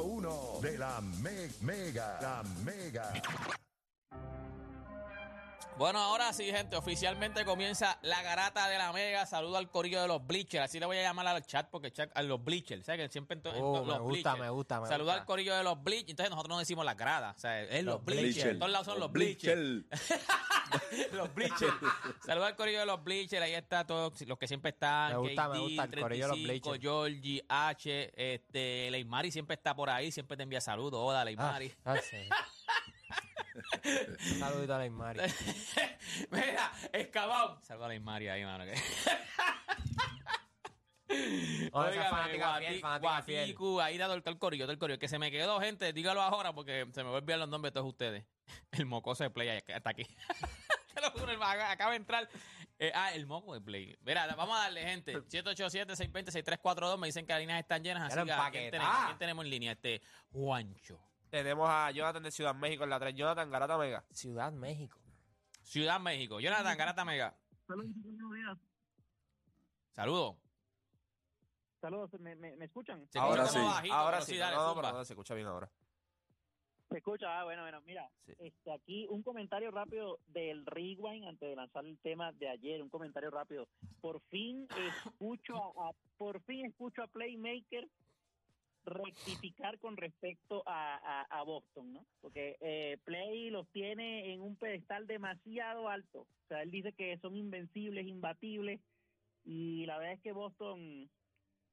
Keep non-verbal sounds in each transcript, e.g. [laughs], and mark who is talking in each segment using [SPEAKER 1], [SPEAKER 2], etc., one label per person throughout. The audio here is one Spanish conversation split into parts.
[SPEAKER 1] Uno de la me- mega, la mega.
[SPEAKER 2] Bueno, ahora sí, gente, oficialmente comienza la garata de la mega. Saludo al corillo de los Bleachers. Así le voy a llamar al chat porque chat, a los Bleachers. ¿Sabes que siempre en to- en
[SPEAKER 3] Oh,
[SPEAKER 2] to-
[SPEAKER 3] me
[SPEAKER 2] los
[SPEAKER 3] gusta,
[SPEAKER 2] Bleachers.
[SPEAKER 3] me gusta, me
[SPEAKER 2] Saludo
[SPEAKER 3] gusta.
[SPEAKER 2] al corillo de los Bleachers. Entonces nosotros no decimos las gradas. O sea, es los,
[SPEAKER 3] Los
[SPEAKER 2] Bleachers. En todos lados son los Bleachers. [laughs] los Bleachers. Saludo al corillo de los Bleachers. Ahí está todos los que siempre están.
[SPEAKER 3] Me gusta, me
[SPEAKER 2] KD,
[SPEAKER 3] gusta el corillo de
[SPEAKER 2] 35,
[SPEAKER 3] los Bleachers.
[SPEAKER 2] Georgie, H, este, Leymari siempre está por ahí. Siempre te envía saludos. Hola,
[SPEAKER 3] Ah,
[SPEAKER 2] Leymari.
[SPEAKER 3] ah, sí. Un [laughs] saludito a la Ismari.
[SPEAKER 2] [laughs] Mira, excavado. Saludos a Leymari ahí, mano. que-
[SPEAKER 3] Oh, esa
[SPEAKER 2] Óigame,
[SPEAKER 3] fanática fiel,
[SPEAKER 2] eh, Guati-
[SPEAKER 3] fanática fiel.
[SPEAKER 2] Guaticu, ahí dado el todo el corillo, todo el corillo. Que se me quedó, gente, dígalo ahora porque se me va a olvidar los nombres de todos ustedes. [laughs] El mocoso de Play hasta aquí. [laughs] Te lo juro, el mago acaba de entrar. Eh, ah, el moco de Play. Mira, vamos a darle, gente.
[SPEAKER 3] [laughs]
[SPEAKER 2] 787-620-6342. Me dicen que las líneas están llenas.
[SPEAKER 3] Ya
[SPEAKER 2] Así
[SPEAKER 3] lo
[SPEAKER 2] que, ¿a quién
[SPEAKER 3] empaquetá.
[SPEAKER 2] tenemos, ¿a quién tenemos en línea? Este, Juancho.
[SPEAKER 4] Tenemos a Jonathan de Ciudad México en la 3. Jonathan Garata Mega.
[SPEAKER 3] Ciudad México.
[SPEAKER 2] Ciudad México. Jonathan Garata Mega. Saludos.
[SPEAKER 5] Saludos, ¿me, me, me escuchan?
[SPEAKER 2] Se
[SPEAKER 4] Ahora
[SPEAKER 2] escucha
[SPEAKER 4] sí.
[SPEAKER 2] como bajito,
[SPEAKER 4] ahora
[SPEAKER 2] pero
[SPEAKER 4] sí.
[SPEAKER 2] sí,
[SPEAKER 4] No,
[SPEAKER 2] dale,
[SPEAKER 4] no,
[SPEAKER 2] zumba.
[SPEAKER 4] pero no se escucha bien ahora.
[SPEAKER 5] ¿Se escucha? Ah, bueno, bueno, mira,
[SPEAKER 4] Sí.
[SPEAKER 5] este, aquí un comentario rápido del Rewind antes de lanzar el tema de ayer, un comentario rápido. Por fin escucho a, a- por fin escucho a Playmaker rectificar con respecto a, a- a Boston, ¿no? Porque eh, Play los tiene en un pedestal demasiado alto. O sea, él dice que son invencibles, imbatibles, y la verdad es que Boston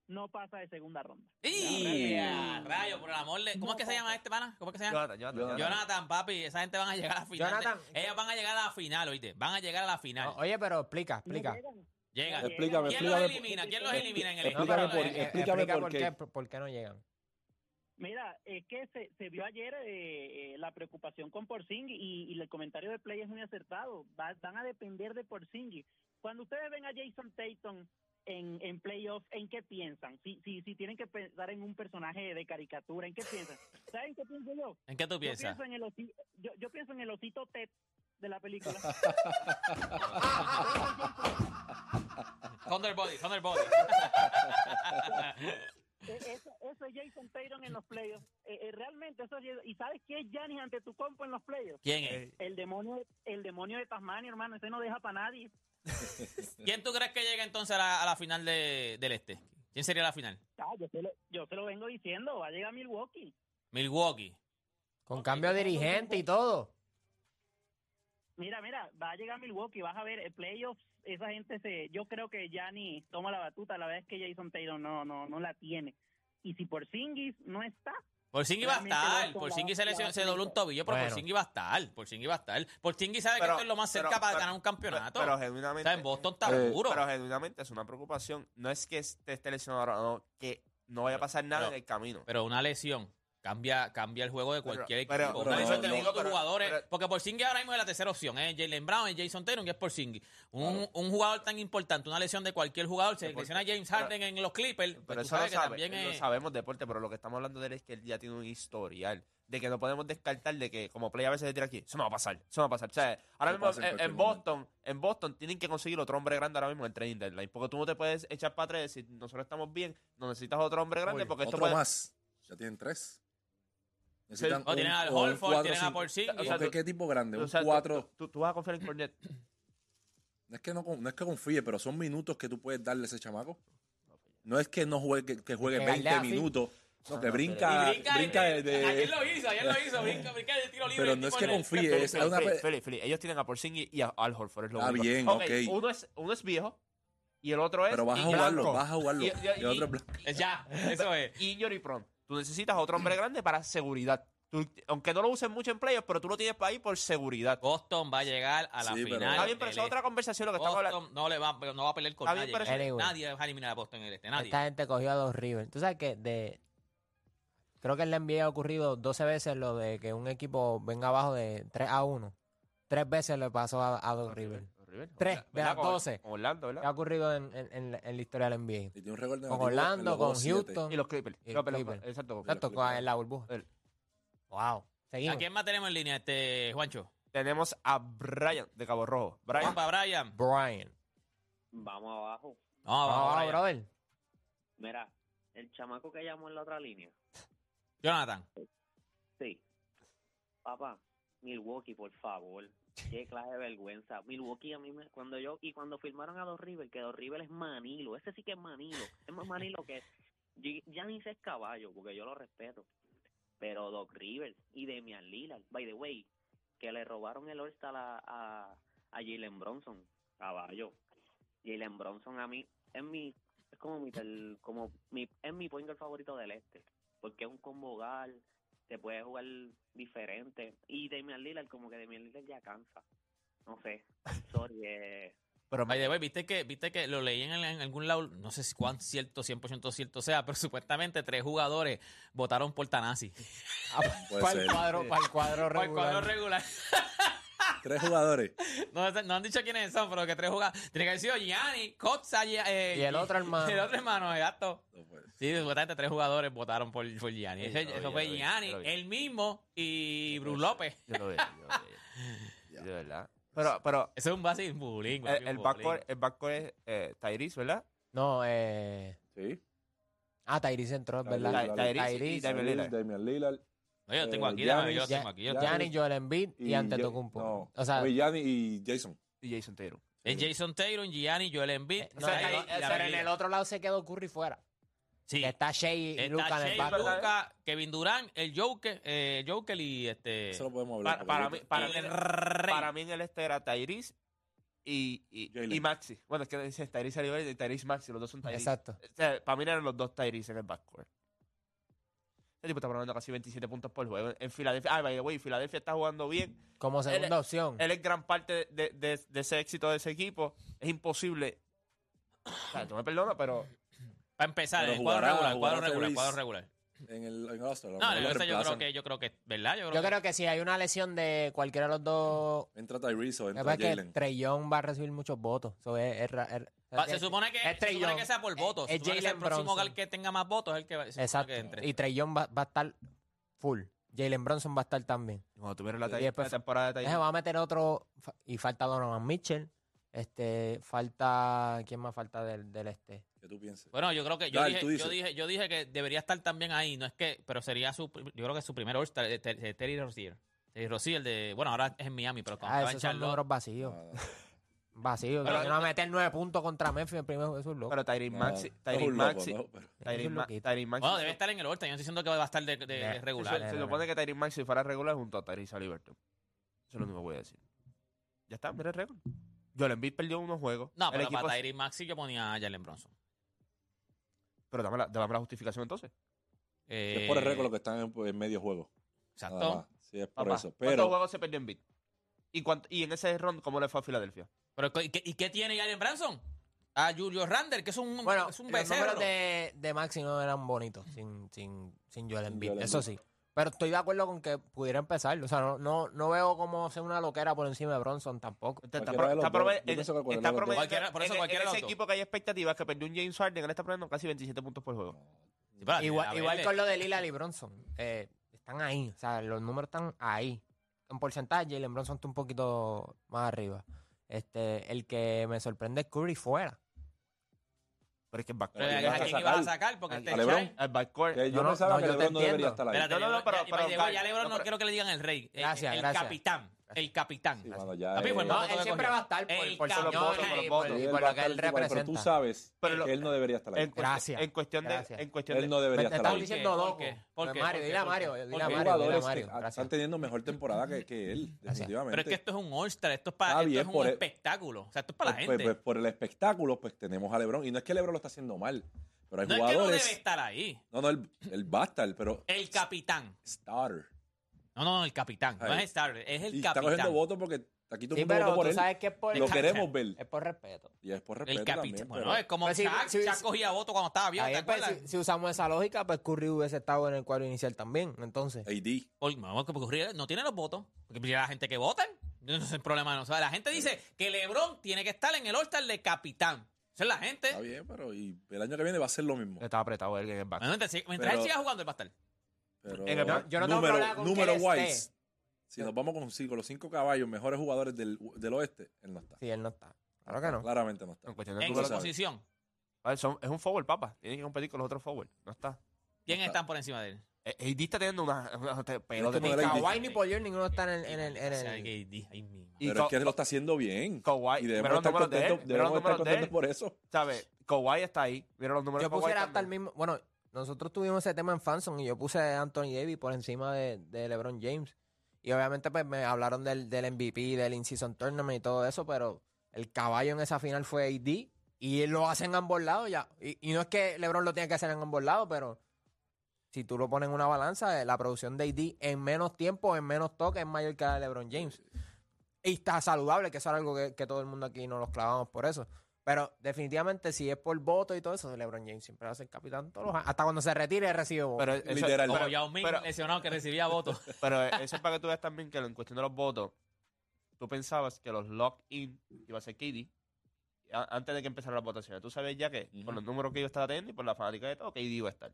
[SPEAKER 5] no pasa de segunda ronda.
[SPEAKER 2] ¡Y! Rayo, por el amor de. ¿Cómo es que se llama este pana? ¿Cómo es que se llama?
[SPEAKER 4] Jonathan, Jonathan.
[SPEAKER 2] Jonathan, papi, esa gente van a llegar a la final.
[SPEAKER 3] Jonathan.
[SPEAKER 2] Ellas van a llegar a la final, oíste. Van a llegar a la final.
[SPEAKER 3] O- oye, pero explica,
[SPEAKER 5] No
[SPEAKER 3] explica.
[SPEAKER 5] llegan.
[SPEAKER 2] Llegan.
[SPEAKER 5] Oye,
[SPEAKER 6] Explícame,
[SPEAKER 2] ¿Quién
[SPEAKER 6] explícame.
[SPEAKER 2] los elimina? ¿Quién los elimina en el equipo?
[SPEAKER 6] Explícame Explícame
[SPEAKER 3] pero,
[SPEAKER 6] por-
[SPEAKER 3] eh, eh,
[SPEAKER 6] explícame
[SPEAKER 3] explica
[SPEAKER 6] por qué.
[SPEAKER 3] por, por qué no llegan.
[SPEAKER 5] Mira, es que se, se vio ayer eh, eh, la preocupación con Porzingis y, y el comentario de Play es muy acertado. Va- van a depender de Porzingis. Cuando ustedes ven a Jason Tatum en, en playoffs, ¿en qué piensan? Si, si, si tienen que pensar en un personaje de caricatura, ¿en qué piensan? ¿Saben qué pienso yo?
[SPEAKER 2] ¿En qué tú
[SPEAKER 5] Yo
[SPEAKER 2] piensas?
[SPEAKER 5] pienso en, el osi- yo, yo pienso en el osito Ted de
[SPEAKER 2] [laughs]
[SPEAKER 5] la película. E,
[SPEAKER 2] Thunderbody, Thunderbody.
[SPEAKER 5] Eh, eso, eso es Jason Tatum en los playoffs. Eh, eh, realmente, eso es. Jason- ¿Y sabes qué es Giannis ante tu compo en los playoffs?
[SPEAKER 2] ¿Quién es?
[SPEAKER 5] El demonio, el demonio de Tasmania, hermano, ese no deja para nadie.
[SPEAKER 2] ¿Quién tú crees que llega entonces a la, a la final de- del este? ¿Quién sería la final?
[SPEAKER 5] Ah, yo, se lo, yo se lo vengo diciendo, va a llegar Milwaukee.
[SPEAKER 2] Milwaukee.
[SPEAKER 3] Con cambio de dirigente y todo.
[SPEAKER 5] Mira, mira, va a llegar Milwaukee, vas a ver, el playoffs, esa gente se, yo creo que Gianni toma la batuta, la verdad es que Jason Taylor no, no, no la tiene. Y si por Singis no está,
[SPEAKER 2] Porzingi va a
[SPEAKER 5] Realmente
[SPEAKER 2] estar.
[SPEAKER 5] Boston
[SPEAKER 2] Porzingi
[SPEAKER 5] la-
[SPEAKER 2] se,
[SPEAKER 5] la
[SPEAKER 2] lesionó-
[SPEAKER 5] va a
[SPEAKER 2] se dobló un tobillo, pero
[SPEAKER 3] Bueno.
[SPEAKER 2] Porzingi va a estar. Porzingi va a estar. Porzingi sabe que
[SPEAKER 4] Pero-
[SPEAKER 2] esto es lo más
[SPEAKER 4] pero-
[SPEAKER 2] cerca para
[SPEAKER 4] pero-
[SPEAKER 2] ganar un campeonato.
[SPEAKER 4] Pero
[SPEAKER 2] O sea, en
[SPEAKER 4] genuinamente.
[SPEAKER 2] Boston está
[SPEAKER 6] Eh,
[SPEAKER 2] duro.
[SPEAKER 4] Pero genuinamente es una preocupación. No es que esté esté lesionado ahora, no, que no vaya a pasar nada
[SPEAKER 2] pero-
[SPEAKER 4] en el camino.
[SPEAKER 2] Pero una lesión cambia, cambia el juego de
[SPEAKER 4] Pero-
[SPEAKER 2] cualquier
[SPEAKER 4] pero-
[SPEAKER 2] equipo.
[SPEAKER 6] pero
[SPEAKER 2] Una
[SPEAKER 6] no,
[SPEAKER 2] lesión de
[SPEAKER 6] no,
[SPEAKER 2] uno de tus
[SPEAKER 4] pero-
[SPEAKER 2] jugadores.
[SPEAKER 4] pero-
[SPEAKER 2] porque Porzingis ahora mismo es la tercera opción. Es Jalen Brown, es Jason Tatum, que es Porzingis. Un,
[SPEAKER 6] Claro.
[SPEAKER 2] un jugador tan importante, una lesión de cualquier jugador. Se
[SPEAKER 4] Deporte.
[SPEAKER 2] lesiona James
[SPEAKER 4] Pero-
[SPEAKER 2] Harden en los Clippers. pues
[SPEAKER 4] Pero
[SPEAKER 2] tú
[SPEAKER 4] eso lo,
[SPEAKER 2] sabes que
[SPEAKER 4] sabe,
[SPEAKER 2] también
[SPEAKER 4] lo
[SPEAKER 2] es-
[SPEAKER 4] sabemos deporte, pero lo que estamos hablando de él es que él ya tiene un historial. De que no podemos descartar de que como play a veces se tira aquí, eso no va a pasar, eso no va a pasar. O sea, ahora
[SPEAKER 6] Eso
[SPEAKER 4] mismo
[SPEAKER 6] pasa en
[SPEAKER 4] en, en
[SPEAKER 6] cualquier
[SPEAKER 4] Boston, en Boston tienen que conseguir otro hombre grande ahora mismo en el trading deadline. Porque tú no te puedes echar para atrás y decir, nosotros estamos bien, no necesitas otro hombre grande
[SPEAKER 3] Uy,
[SPEAKER 4] porque esto
[SPEAKER 6] Otro
[SPEAKER 4] puede...
[SPEAKER 6] más. Ya tienen tres. Necesitan
[SPEAKER 4] Sí.
[SPEAKER 2] O tienen al
[SPEAKER 6] o un
[SPEAKER 2] Horford,
[SPEAKER 6] cuatro,
[SPEAKER 2] tienen a
[SPEAKER 6] cinco.
[SPEAKER 2] Porzingis.
[SPEAKER 6] Porque
[SPEAKER 4] O sea, tú-
[SPEAKER 6] qué tipo grande,
[SPEAKER 4] o
[SPEAKER 6] un
[SPEAKER 4] sea, tú-
[SPEAKER 6] cuatro.
[SPEAKER 4] Tú, tú vas a confiar en Cornet.
[SPEAKER 6] No es, que no, con- no es que confíe, pero son minutos que tú puedes darle a ese chamaco. No es que no juegue, que juegue
[SPEAKER 3] Que
[SPEAKER 6] 20
[SPEAKER 3] Galdea, sí.
[SPEAKER 6] minutos. No, que
[SPEAKER 4] no,
[SPEAKER 6] brinca,
[SPEAKER 2] y brinca,
[SPEAKER 6] brinca de, de-
[SPEAKER 2] Ayer lo hizo, ayer lo hizo. Brinca,
[SPEAKER 6] [laughs]
[SPEAKER 2] brinca de tiro libre.
[SPEAKER 6] Pero
[SPEAKER 2] el
[SPEAKER 6] no es
[SPEAKER 2] tipo
[SPEAKER 6] que
[SPEAKER 2] en el-
[SPEAKER 6] confíe,
[SPEAKER 2] [laughs]
[SPEAKER 4] Feli,
[SPEAKER 6] eh, es
[SPEAKER 4] Feli,
[SPEAKER 6] una-
[SPEAKER 4] Feli, Feli, Feli. Ellos tienen a Porzingis y a Al Horford. Es lo
[SPEAKER 6] Está
[SPEAKER 4] único.
[SPEAKER 6] bien, ok.
[SPEAKER 4] Uno es, uno es viejo y el otro es...
[SPEAKER 6] Pero vas a
[SPEAKER 4] Pues, y
[SPEAKER 6] jugarlo,
[SPEAKER 4] blanco.
[SPEAKER 6] vas a jugarlo.
[SPEAKER 4] Y-
[SPEAKER 6] Y,
[SPEAKER 4] y-
[SPEAKER 6] otro
[SPEAKER 4] y-
[SPEAKER 6] blanco.
[SPEAKER 2] Ya, eso es.
[SPEAKER 4] Injury prone. Tú necesitas otro hombre grande para seguridad. Tú- aunque no lo usen mucho en playoffs, pero tú lo tienes para ahí por seguridad.
[SPEAKER 2] Boston va a llegar a la
[SPEAKER 6] Sí, pero-
[SPEAKER 2] final.
[SPEAKER 4] Está bien, pero
[SPEAKER 2] del
[SPEAKER 4] eso es otra conversación lo que estamos hablando.
[SPEAKER 2] Boston no, le va, no va a pelear con
[SPEAKER 4] Está
[SPEAKER 2] nadie.
[SPEAKER 4] bien, pero
[SPEAKER 3] eso-
[SPEAKER 2] Nadie va a eliminar a Boston en el este. Nadie.
[SPEAKER 3] Esta gente cogió a dos River. Tú sabes que de, Creo que en la NBA ha ocurrido 12 veces lo de que un equipo venga abajo de 3 a 1. Tres veces le pasó a, a Doc River.
[SPEAKER 4] River, ¿no?
[SPEAKER 3] Tres, de
[SPEAKER 4] ¿Verdad?
[SPEAKER 3] las
[SPEAKER 4] Con-
[SPEAKER 3] 12.
[SPEAKER 4] con Orlando,
[SPEAKER 3] Ha
[SPEAKER 4] ¿verdad?
[SPEAKER 3] ocurrido en, en- en la- en la historia del NBA.
[SPEAKER 6] Y tiene un récord
[SPEAKER 3] Con
[SPEAKER 6] negativo en
[SPEAKER 3] Orlando,
[SPEAKER 6] los
[SPEAKER 3] con
[SPEAKER 6] juegos siete.
[SPEAKER 3] Houston.
[SPEAKER 4] Y los Clippers.
[SPEAKER 3] Y
[SPEAKER 4] No, pero-
[SPEAKER 3] Clippers.
[SPEAKER 4] Exacto.
[SPEAKER 3] Exacto,
[SPEAKER 6] los
[SPEAKER 3] con-
[SPEAKER 6] Clippers.
[SPEAKER 3] en la burbuja.
[SPEAKER 4] El-
[SPEAKER 3] Wow.
[SPEAKER 2] ¿A
[SPEAKER 3] Seguimos.
[SPEAKER 2] quién más tenemos en línea, este Juancho?
[SPEAKER 4] Tenemos a Brian de Cabo Rojo. Brian,
[SPEAKER 2] Vamos para Brian.
[SPEAKER 3] Brian.
[SPEAKER 5] Vamos abajo.
[SPEAKER 2] No,
[SPEAKER 3] Vamos,
[SPEAKER 2] vamos,
[SPEAKER 3] vamos,
[SPEAKER 2] Ah, Brian.
[SPEAKER 3] brother.
[SPEAKER 5] Mira, el chamaco que llamó en la otra línea.
[SPEAKER 2] Jonathan.
[SPEAKER 5] Sí. Papá, Milwaukee, por favor. Qué clase de vergüenza. Milwaukee a mí me, cuando yo y cuando firmaron a Dos River, que Dos River es Manilo, ese sí que es Manilo, es más Manilo que Gi- Giannis es caballo, porque yo lo respeto. Pero Doc Rivers y Demian Lillard, by the way, que le robaron el All-Star a, a, a Jalen Bronson, caballo. Jalen Bronson a mí es mi es como mi tel- como mi es mi point guard favorito del este, porque es un combo guard, se puede jugar diferente. Y Damian Lillard, como que Damian Lillard ya cansa. No sé. Sorry. eh,
[SPEAKER 4] pero
[SPEAKER 2] By the way, viste que, viste que lo leí en, en algún lado, no sé si cuán cierto, 100% cierto sea, [laughs] pero supuestamente tres jugadores votaron por Tanasi.
[SPEAKER 3] [laughs]
[SPEAKER 6] Puede
[SPEAKER 3] Para el
[SPEAKER 6] ser.
[SPEAKER 3] Ah, cuadro, para el cuadro
[SPEAKER 2] Por
[SPEAKER 3] regular.
[SPEAKER 2] cuadro regular. [laughs]
[SPEAKER 6] Tres jugadores.
[SPEAKER 2] No, sé- no han dicho quiénes son, pero que tres jugadores. Tiene que haber sido Gianni, Kotsa eh,
[SPEAKER 3] Y el otro hermano.
[SPEAKER 2] [laughs] El otro hermano, exacto.
[SPEAKER 6] No puede ser.
[SPEAKER 2] Sí, supuestamente tres jugadores votaron por, por Gianni.
[SPEAKER 4] Sí,
[SPEAKER 2] Ese-
[SPEAKER 4] yo lo
[SPEAKER 2] eso
[SPEAKER 4] vi,
[SPEAKER 2] fue
[SPEAKER 4] yo lo vi,
[SPEAKER 2] Gianni,
[SPEAKER 4] yo lo vi.
[SPEAKER 2] él mismo y Bruce López.
[SPEAKER 4] Yo lo veo, yo lo veo.
[SPEAKER 3] [laughs]
[SPEAKER 4] De verdad. Pero, pero
[SPEAKER 2] Eso es un basic bullying.
[SPEAKER 4] el, el backcourt, el backcourt es eh, Tyrese, ¿verdad?
[SPEAKER 3] No, eh.
[SPEAKER 6] Sí.
[SPEAKER 3] Ah, Tyrese entró, es
[SPEAKER 6] Tyrese,
[SPEAKER 3] ¿verdad?
[SPEAKER 6] Ty-
[SPEAKER 4] Tyrese y Damian Lillard.
[SPEAKER 6] Damian Lillard.
[SPEAKER 2] No, yo lo tengo
[SPEAKER 6] eh,
[SPEAKER 2] aquí, déjame,
[SPEAKER 6] Giannis,
[SPEAKER 2] yo lo tengo aquí. Yo lo tengo.
[SPEAKER 3] Giannis, Joel Embiid y, Antetokounmpo.
[SPEAKER 6] No.
[SPEAKER 3] O sea,
[SPEAKER 6] Oye, Gianni y Jason.
[SPEAKER 4] Y Jason Taylor.
[SPEAKER 2] Es Jason Taylor, Gianni, Joel Embiid.
[SPEAKER 3] eh, no,
[SPEAKER 2] o sea,
[SPEAKER 3] pero-
[SPEAKER 2] ahí- la
[SPEAKER 3] pero en
[SPEAKER 2] realidad.
[SPEAKER 3] el otro lado se quedó Curry fuera.
[SPEAKER 2] Sí.
[SPEAKER 3] Que Está Shea y
[SPEAKER 2] Está
[SPEAKER 3] Luca en el
[SPEAKER 2] Shea,
[SPEAKER 3] banco.
[SPEAKER 4] ¿verdad?
[SPEAKER 2] Luka, Kevin Durant, el Joker, eh, Joker y este.
[SPEAKER 6] Eso lo podemos hablar.
[SPEAKER 4] Para,
[SPEAKER 6] porque
[SPEAKER 4] para
[SPEAKER 6] yo-
[SPEAKER 4] mí, para,
[SPEAKER 2] y
[SPEAKER 4] mí,
[SPEAKER 2] el rey.
[SPEAKER 4] para mí en el este era Tyrese y, y,
[SPEAKER 6] Jalen.
[SPEAKER 4] y Maxi. Bueno, es que dices Tyrese Haliburton y Tyrese Maxi, los dos son Tyrese.
[SPEAKER 3] Exacto.
[SPEAKER 4] O sea, para mí eran los dos Tyrese en el backcourt. Ese tipo está poniendo casi 27 puntos por juego. En Filadelfia, ah, by the way, Filadelfia está jugando bien.
[SPEAKER 3] Como segunda
[SPEAKER 4] Él-
[SPEAKER 3] opción.
[SPEAKER 4] Él es gran parte de, de- de ese éxito de ese equipo. Es imposible. O sea, tú me perdonas, pero
[SPEAKER 2] Para empezar,
[SPEAKER 6] Pero
[SPEAKER 2] el cuadro
[SPEAKER 6] jugará,
[SPEAKER 2] regular, cuadro
[SPEAKER 6] jugará
[SPEAKER 2] regular,
[SPEAKER 6] Tyrese.
[SPEAKER 2] cuadro regular.
[SPEAKER 6] En el en All-Star, a
[SPEAKER 2] No, el
[SPEAKER 6] lo mejor lo
[SPEAKER 2] All-Star yo creo
[SPEAKER 6] reemplazan.
[SPEAKER 2] que, yo creo que, ¿verdad? Yo creo
[SPEAKER 3] Yo
[SPEAKER 2] que,
[SPEAKER 3] creo que si hay una lesión de cualquiera de los dos,
[SPEAKER 6] Entra Tyrese o
[SPEAKER 3] la
[SPEAKER 6] entra
[SPEAKER 3] verdad es que
[SPEAKER 6] Jalen.
[SPEAKER 3] Trey Young va a recibir muchos votos. Eso es- es ra- es-
[SPEAKER 2] Va, se supone que,
[SPEAKER 3] es
[SPEAKER 2] se
[SPEAKER 3] Trey
[SPEAKER 2] supone
[SPEAKER 3] Young.
[SPEAKER 2] que sea por
[SPEAKER 3] este Es-
[SPEAKER 2] votos. se
[SPEAKER 3] es
[SPEAKER 2] supone que sea el
[SPEAKER 3] Jalen
[SPEAKER 2] próximo
[SPEAKER 3] Bronson.
[SPEAKER 2] gal que tenga más votos es el que, va, se supone
[SPEAKER 3] Exacto.
[SPEAKER 2] que entre.
[SPEAKER 3] Y Trey Young va, va a estar full. Jalen Bronson va a estar también.
[SPEAKER 4] cuando tuvieron la,
[SPEAKER 3] Y
[SPEAKER 4] Ty-
[SPEAKER 3] después-
[SPEAKER 4] la temporada de
[SPEAKER 3] Entonces
[SPEAKER 4] Tyrese.
[SPEAKER 3] va a meter otro. fa- Y falta Donovan Mitchell. Este, falta. ¿Quién más falta del, del este?
[SPEAKER 6] ¿Qué tú piensas?
[SPEAKER 2] Bueno, yo creo que yo,
[SPEAKER 6] Dale, tú
[SPEAKER 2] dije, yo
[SPEAKER 6] dices.
[SPEAKER 2] dije, yo dije que debería estar también ahí, no es que, pero sería su, prim- yo creo que su primer All-Star, eh, Ter- eh, Terry Rozier. Terry Rozier de, bueno, ahora es en Miami, pero cuando
[SPEAKER 3] Ah,
[SPEAKER 2] estaba en
[SPEAKER 3] esos son
[SPEAKER 2] Charlotte,
[SPEAKER 3] números vacíos.
[SPEAKER 6] No, no.
[SPEAKER 3] Vacíos.
[SPEAKER 4] Pero-
[SPEAKER 3] Que no va a meter nueve puntos contra Memphis en el primer juego. Eso es loco.
[SPEAKER 4] Pero Tyrese
[SPEAKER 6] No,
[SPEAKER 4] Maxi,
[SPEAKER 6] no, Ah, es
[SPEAKER 4] Tyrese
[SPEAKER 6] un loco,
[SPEAKER 4] Maxi,
[SPEAKER 6] ¿no? Pero-
[SPEAKER 4] Tyrese
[SPEAKER 3] Es un
[SPEAKER 4] Ma-
[SPEAKER 3] loquito.
[SPEAKER 4] Tyrese Maxi.
[SPEAKER 2] bueno, debe estar en el All-Star, yo no estoy diciendo que va a estar de, de- de
[SPEAKER 3] Nah.
[SPEAKER 2] regular.
[SPEAKER 4] Se, se
[SPEAKER 3] no, no.
[SPEAKER 4] supone que Tyrese Maxi fuera regular junto a Tyrese Haliburton. Eso es lo único que voy a decir. Ya está, mira el récord. Joel Embiid perdió unos juegos.
[SPEAKER 2] No,
[SPEAKER 4] El
[SPEAKER 2] pero
[SPEAKER 4] equipo-
[SPEAKER 2] para Tyrese Maxi yo ponía a Jalen Bronson.
[SPEAKER 4] Pero dame la, dame la justificación entonces.
[SPEAKER 6] Es por el récord que están en, en medio juego. nada
[SPEAKER 2] Exacto.
[SPEAKER 6] más. Sí, es por
[SPEAKER 4] Papá,
[SPEAKER 6] eso.
[SPEAKER 4] ¿Cuántos
[SPEAKER 6] Pero
[SPEAKER 4] juegos se perdió Embiid? ¿Y, cuánto- ¿Y en ese round cómo le fue a Filadelfia?
[SPEAKER 2] Pero, ¿y qué, y qué tiene Jalen Branson? A Julio Rander, que es un,
[SPEAKER 3] Bueno,
[SPEAKER 2] es un
[SPEAKER 3] los
[SPEAKER 2] becerro.
[SPEAKER 3] números de, de Maxi no eran bonitos sin, sin, sin Joel
[SPEAKER 6] Sin
[SPEAKER 3] Embiid,
[SPEAKER 6] Joel
[SPEAKER 3] eso
[SPEAKER 6] Embiid.
[SPEAKER 3] sí. Pero estoy de acuerdo con que pudiera empezar. O sea, no, no, no veo cómo hacer una loquera por encima de Bronson tampoco.
[SPEAKER 4] Está, está
[SPEAKER 6] Cualquiera de los dos.
[SPEAKER 4] promedio-
[SPEAKER 6] Yo pienso que cualquiera de
[SPEAKER 4] está
[SPEAKER 6] los dos.
[SPEAKER 4] promedio-
[SPEAKER 2] Cualquiera- por eso
[SPEAKER 4] en- en
[SPEAKER 2] cualquiera de
[SPEAKER 4] ese
[SPEAKER 2] los dos.
[SPEAKER 4] equipo que hay expectativas que perdió un James Harden, él está perdiendo casi 27 puntos por juego.
[SPEAKER 2] Sí, pero a
[SPEAKER 3] Igual,
[SPEAKER 2] ver,
[SPEAKER 3] igual
[SPEAKER 2] le-
[SPEAKER 3] con lo de Lillard y Bronson. Eh, están ahí. O sea, los números están ahí. En porcentaje, Jalen Bronson está un poquito más arriba. Este, el que me sorprende es Curry fuera.
[SPEAKER 4] Pero es que el
[SPEAKER 2] Pero
[SPEAKER 4] backcourt.
[SPEAKER 6] Pero
[SPEAKER 2] ¿a-
[SPEAKER 6] le vas
[SPEAKER 2] ¿A
[SPEAKER 6] a
[SPEAKER 2] quién
[SPEAKER 6] sacar.
[SPEAKER 2] ibas a sacar? Porque
[SPEAKER 4] Al-
[SPEAKER 2] este
[SPEAKER 6] a LeBron.
[SPEAKER 2] Shai-
[SPEAKER 4] El backcourt.
[SPEAKER 6] que yo
[SPEAKER 3] No, no,
[SPEAKER 6] pensaba
[SPEAKER 3] no,
[SPEAKER 6] que
[SPEAKER 3] yo te
[SPEAKER 6] LeBron no debería
[SPEAKER 3] entiendo.
[SPEAKER 6] estar ahí.
[SPEAKER 2] Espérate,
[SPEAKER 4] No, no, no,
[SPEAKER 2] yo-
[SPEAKER 4] pero-
[SPEAKER 2] ya-
[SPEAKER 4] pero-
[SPEAKER 2] by the way,
[SPEAKER 4] pero-
[SPEAKER 2] ya LeBron no
[SPEAKER 4] pero-
[SPEAKER 2] quiero que le digan el rey. El-
[SPEAKER 3] Gracias,
[SPEAKER 2] el,
[SPEAKER 3] gracias.
[SPEAKER 2] capitán. El
[SPEAKER 6] Sí,
[SPEAKER 2] capitán.
[SPEAKER 6] mano, ya
[SPEAKER 2] Papi,
[SPEAKER 6] es-
[SPEAKER 2] pues,
[SPEAKER 3] No,
[SPEAKER 2] voto
[SPEAKER 3] él
[SPEAKER 2] que
[SPEAKER 3] siempre
[SPEAKER 2] cogió.
[SPEAKER 3] va a estar por,
[SPEAKER 2] El
[SPEAKER 3] por sus
[SPEAKER 4] campeón,
[SPEAKER 3] votos,
[SPEAKER 4] por los
[SPEAKER 3] y
[SPEAKER 4] votos.
[SPEAKER 3] por-
[SPEAKER 6] Sí,
[SPEAKER 3] y
[SPEAKER 6] él
[SPEAKER 3] por
[SPEAKER 6] va a
[SPEAKER 3] lo que
[SPEAKER 6] estar
[SPEAKER 3] él
[SPEAKER 6] igual,
[SPEAKER 3] representa.
[SPEAKER 6] Pero tú sabes
[SPEAKER 4] Pero lo-
[SPEAKER 6] que él no debería estar
[SPEAKER 4] en
[SPEAKER 6] ahí.
[SPEAKER 4] cuestión-
[SPEAKER 3] Gracias.
[SPEAKER 4] En cuestión de.
[SPEAKER 3] Gracias.
[SPEAKER 4] En cuestión de
[SPEAKER 6] Él no debería
[SPEAKER 3] Me-
[SPEAKER 6] estar
[SPEAKER 3] están
[SPEAKER 6] ahí.
[SPEAKER 3] diciendo
[SPEAKER 2] ¿Por
[SPEAKER 3] loco.
[SPEAKER 2] qué? ¿Por
[SPEAKER 3] Pues
[SPEAKER 2] qué?
[SPEAKER 3] Mario,
[SPEAKER 2] ¿Por
[SPEAKER 3] dile a
[SPEAKER 2] qué?
[SPEAKER 3] Mario,
[SPEAKER 2] ¿Por
[SPEAKER 3] dile
[SPEAKER 2] qué?
[SPEAKER 3] a
[SPEAKER 6] Hay
[SPEAKER 3] Mario, dile a
[SPEAKER 6] jugadores
[SPEAKER 3] Mario.
[SPEAKER 6] que
[SPEAKER 3] Gracias.
[SPEAKER 6] están teniendo mejor temporada que, que él, definitivamente.
[SPEAKER 2] Pero es que esto es un all-star, esto es, para,
[SPEAKER 6] Ah,
[SPEAKER 2] esto
[SPEAKER 6] bien,
[SPEAKER 2] es un
[SPEAKER 6] por el-
[SPEAKER 2] espectáculo. O sea, esto es para la
[SPEAKER 6] Pues-
[SPEAKER 2] gente.
[SPEAKER 6] Pues, pues por el espectáculo, pues tenemos a LeBron. Y no es que LeBron lo está haciendo mal, pero hay
[SPEAKER 2] no es que no
[SPEAKER 6] pues, jugadores.
[SPEAKER 2] debe estar ahí.
[SPEAKER 6] no, no, él, él va a estar, pero.
[SPEAKER 2] El capitán.
[SPEAKER 6] Starter.
[SPEAKER 2] No, no, no, el capitán. No
[SPEAKER 6] Ahí.
[SPEAKER 2] es Star, es el
[SPEAKER 6] y está
[SPEAKER 2] capitán.
[SPEAKER 6] cogiendo votos porque Aquí todo el
[SPEAKER 3] Sí,
[SPEAKER 6] mundo votó
[SPEAKER 3] pero
[SPEAKER 6] por
[SPEAKER 3] tú
[SPEAKER 6] él.
[SPEAKER 3] sabes que es por
[SPEAKER 6] Lo
[SPEAKER 2] Descansa.
[SPEAKER 6] queremos ver.
[SPEAKER 3] Es por respeto.
[SPEAKER 6] Y es por respeto
[SPEAKER 2] El
[SPEAKER 6] también.
[SPEAKER 2] capítulo. Bueno,
[SPEAKER 6] pero-
[SPEAKER 2] es como
[SPEAKER 3] Pero si-
[SPEAKER 2] Shaq.
[SPEAKER 3] si-
[SPEAKER 2] Shaq
[SPEAKER 3] si-
[SPEAKER 2] cogía voto cuando estaba viejo,
[SPEAKER 3] Ahí,
[SPEAKER 2] ¿te
[SPEAKER 3] pues,
[SPEAKER 2] acuerdas?
[SPEAKER 3] si, si usamos esa lógica, pues Curry hubiese estado en el cuadro inicial también. Entonces,
[SPEAKER 6] AD.
[SPEAKER 2] Porque, vamos, porque Curry no tiene los votos. Porque mira la gente que votan. No es el problema. No. O sea, la gente dice que LeBron tiene que estar en el All-Star de capitán. Esa es la gente.
[SPEAKER 6] Está bien, pero y el año que viene va a ser lo mismo.
[SPEAKER 3] está apretado él en el back.
[SPEAKER 2] Bueno, mientras mientras él
[SPEAKER 6] Pero-
[SPEAKER 2] siga jugando, él va a estar.
[SPEAKER 6] Pero
[SPEAKER 3] En el- yo no tengo
[SPEAKER 6] número,
[SPEAKER 3] problema con que
[SPEAKER 6] número
[SPEAKER 3] él
[SPEAKER 6] wise,
[SPEAKER 3] esté.
[SPEAKER 6] si nos vamos con, sí, con los cinco caballos mejores jugadores del, del oeste, él no está.
[SPEAKER 3] Sí, él no está. Claro que no.
[SPEAKER 6] Claramente no está.
[SPEAKER 4] En cuestión de
[SPEAKER 2] En
[SPEAKER 6] lo
[SPEAKER 2] su
[SPEAKER 6] sabes.
[SPEAKER 2] posición.
[SPEAKER 4] Ah, son- es un forward, papá. Tiene que competir con los otros forward. No está.
[SPEAKER 2] ¿Quién
[SPEAKER 6] No está.
[SPEAKER 2] están por encima de él?
[SPEAKER 4] Eh, AD está teniendo una, una pero
[SPEAKER 6] que
[SPEAKER 4] de
[SPEAKER 3] Ni
[SPEAKER 6] poner ahí.
[SPEAKER 3] Kawhi ni Paul George, ninguno está en el... En el, en
[SPEAKER 2] O sea,
[SPEAKER 3] el-
[SPEAKER 2] que- di- ay, mi madre.
[SPEAKER 4] Y
[SPEAKER 6] pero
[SPEAKER 4] Ka-
[SPEAKER 6] es que él lo está haciendo bien.
[SPEAKER 4] Kawhi,
[SPEAKER 6] y
[SPEAKER 4] mira
[SPEAKER 6] debemos
[SPEAKER 4] los
[SPEAKER 6] estar
[SPEAKER 4] números de él,
[SPEAKER 6] contentos,
[SPEAKER 4] mira los
[SPEAKER 6] debemos estar
[SPEAKER 4] números de
[SPEAKER 6] contentos
[SPEAKER 4] él.
[SPEAKER 6] por eso.
[SPEAKER 4] ¿Sabes? Kawhi está ahí. Mira los números
[SPEAKER 3] Yo
[SPEAKER 4] de Kawhi
[SPEAKER 3] pusiera hasta el
[SPEAKER 4] también.
[SPEAKER 3] mismo... Bueno, nosotros tuvimos ese tema en Fanson y yo puse a Anthony Davis por encima de, de LeBron James. Y obviamente pues me hablaron del, del MVP, del In-Season Tournament y todo eso, pero el caballo en esa final fue AD y lo hacen en ambos lados ya. Y, y no es que LeBron lo tenga que hacer en ambos lados, pero si tú lo pones en una balanza, eh, la producción de AD en menos tiempo, en menos toques, es mayor que la de LeBron James. Y está saludable, que eso es algo que, que todo el mundo aquí nos los clavamos por eso. Pero definitivamente, si es por voto y todo eso, LeBron James siempre va a ser capitán todos los años. Hasta cuando se retire, recibe votos.
[SPEAKER 4] Pero eso-
[SPEAKER 6] Literal.
[SPEAKER 2] Como
[SPEAKER 4] pero-
[SPEAKER 2] Yao Ming
[SPEAKER 4] pero-
[SPEAKER 2] lesionado que recibía votos.
[SPEAKER 4] Pero eso es para que tú veas también que en cuestión de los votos, tú pensabas que los lock-in iba a ser KD a- antes de que empezaran las votaciones. Tú sabías ya que
[SPEAKER 6] Ujú.
[SPEAKER 4] por los números que iba a estar atendiendo y por la fanática de todo, KD iba a estar.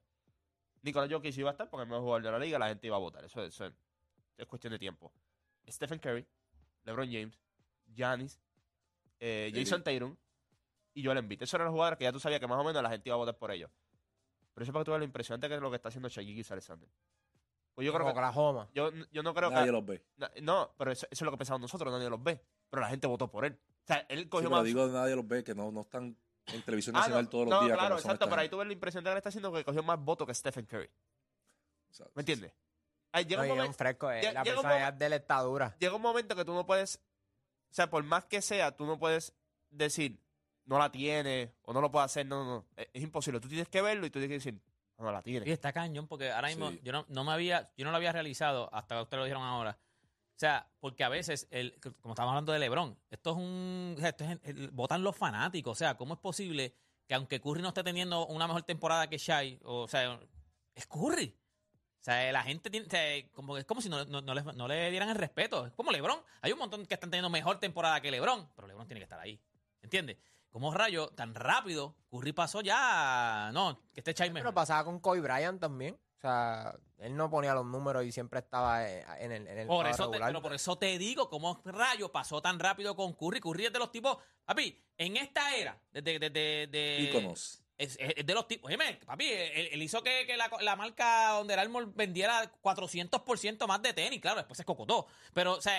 [SPEAKER 4] Nicolás Jokic iba a estar porque es el mejor jugador de la liga, la gente iba a votar. Eso, eso es, es cuestión de tiempo. Stephen Curry, LeBron James, Giannis, eh,
[SPEAKER 6] Lady.
[SPEAKER 4] Jason Tatum y Joel Embiid. Esos eran los jugadores que ya tú sabías que más o menos la gente iba a votar por ellos. Pero eso es para que tú veas lo impresionante que es lo que está haciendo Shaquille y Alexander. Pues yo creo que
[SPEAKER 3] Oklahoma.
[SPEAKER 4] yo, yo no creo
[SPEAKER 6] Nadie
[SPEAKER 4] que.
[SPEAKER 6] los ve.
[SPEAKER 4] na- No, pero eso, eso es lo que pensamos nosotros, nadie los ve. Pero la gente votó por él. O sea, él
[SPEAKER 6] Sí,
[SPEAKER 4] cogió
[SPEAKER 6] pero
[SPEAKER 4] más.
[SPEAKER 6] digo nadie los ve, que no, no están en televisión
[SPEAKER 4] Ah,
[SPEAKER 6] nacional todos los
[SPEAKER 4] no,
[SPEAKER 6] días.
[SPEAKER 4] claro,
[SPEAKER 6] como son
[SPEAKER 4] exacto.
[SPEAKER 6] esta
[SPEAKER 4] Pero ahí
[SPEAKER 6] gente.
[SPEAKER 4] tuve la impresión de que le está haciendo que cogió más votos que Stephen Curry.
[SPEAKER 6] O sea,
[SPEAKER 4] ¿Me entiendes? Ahí
[SPEAKER 3] No,
[SPEAKER 4] llega, un
[SPEAKER 3] y es
[SPEAKER 4] momento,
[SPEAKER 3] un fresco, eh,
[SPEAKER 4] Lle-
[SPEAKER 3] la
[SPEAKER 4] llega un
[SPEAKER 3] personalidad de la estadura.
[SPEAKER 4] llega un momento que tú no puedes. O sea, por más que sea, tú no puedes decir no la tiene o no lo puede hacer. No, no, no. Es, es imposible. Tú tienes que verlo y tú tienes que decir no
[SPEAKER 2] Y
[SPEAKER 4] la
[SPEAKER 2] este
[SPEAKER 4] tiene.
[SPEAKER 2] está cañón porque ahora mismo
[SPEAKER 6] Sí.
[SPEAKER 2] yo no, no me había, yo no lo había realizado hasta que ustedes lo dijeron ahora. O sea, porque a veces, el, como estamos hablando de Lebron, esto es un... o sea, Esto es, el- votan los fanáticos. O sea, ¿cómo es posible que aunque Curry no esté teniendo una mejor temporada que Shai, o, sea, es Curry? O sea, la gente tiene, o sea, como, que es como si no, no- no les- no le dieran el respeto. Es como Lebron. Hay un montón que están teniendo mejor temporada que Lebron, pero Lebron tiene que estar ahí. ¿Entiendes? ¿Cómo rayo tan rápido Curry pasó ya? No, que este Shai mejor.
[SPEAKER 3] Pero pasaba con Kobe Bryant también. O sea, él no ponía los números y siempre estaba eh, en el, en el
[SPEAKER 2] Por
[SPEAKER 3] cuadro
[SPEAKER 2] eso, te,
[SPEAKER 3] regular.
[SPEAKER 2] pero por eso te digo, ¿cómo rayo pasó tan rápido con Curry? Curry es de los tipos. Papi, en esta era, desde. De, de, de-
[SPEAKER 6] Íconos.
[SPEAKER 2] es, es- es de los tipos. Oye, papi, él, él hizo que, que la, la marca Under Armour vendiera 400% más de tenis. Claro, después se cocotó. Pero, o sea.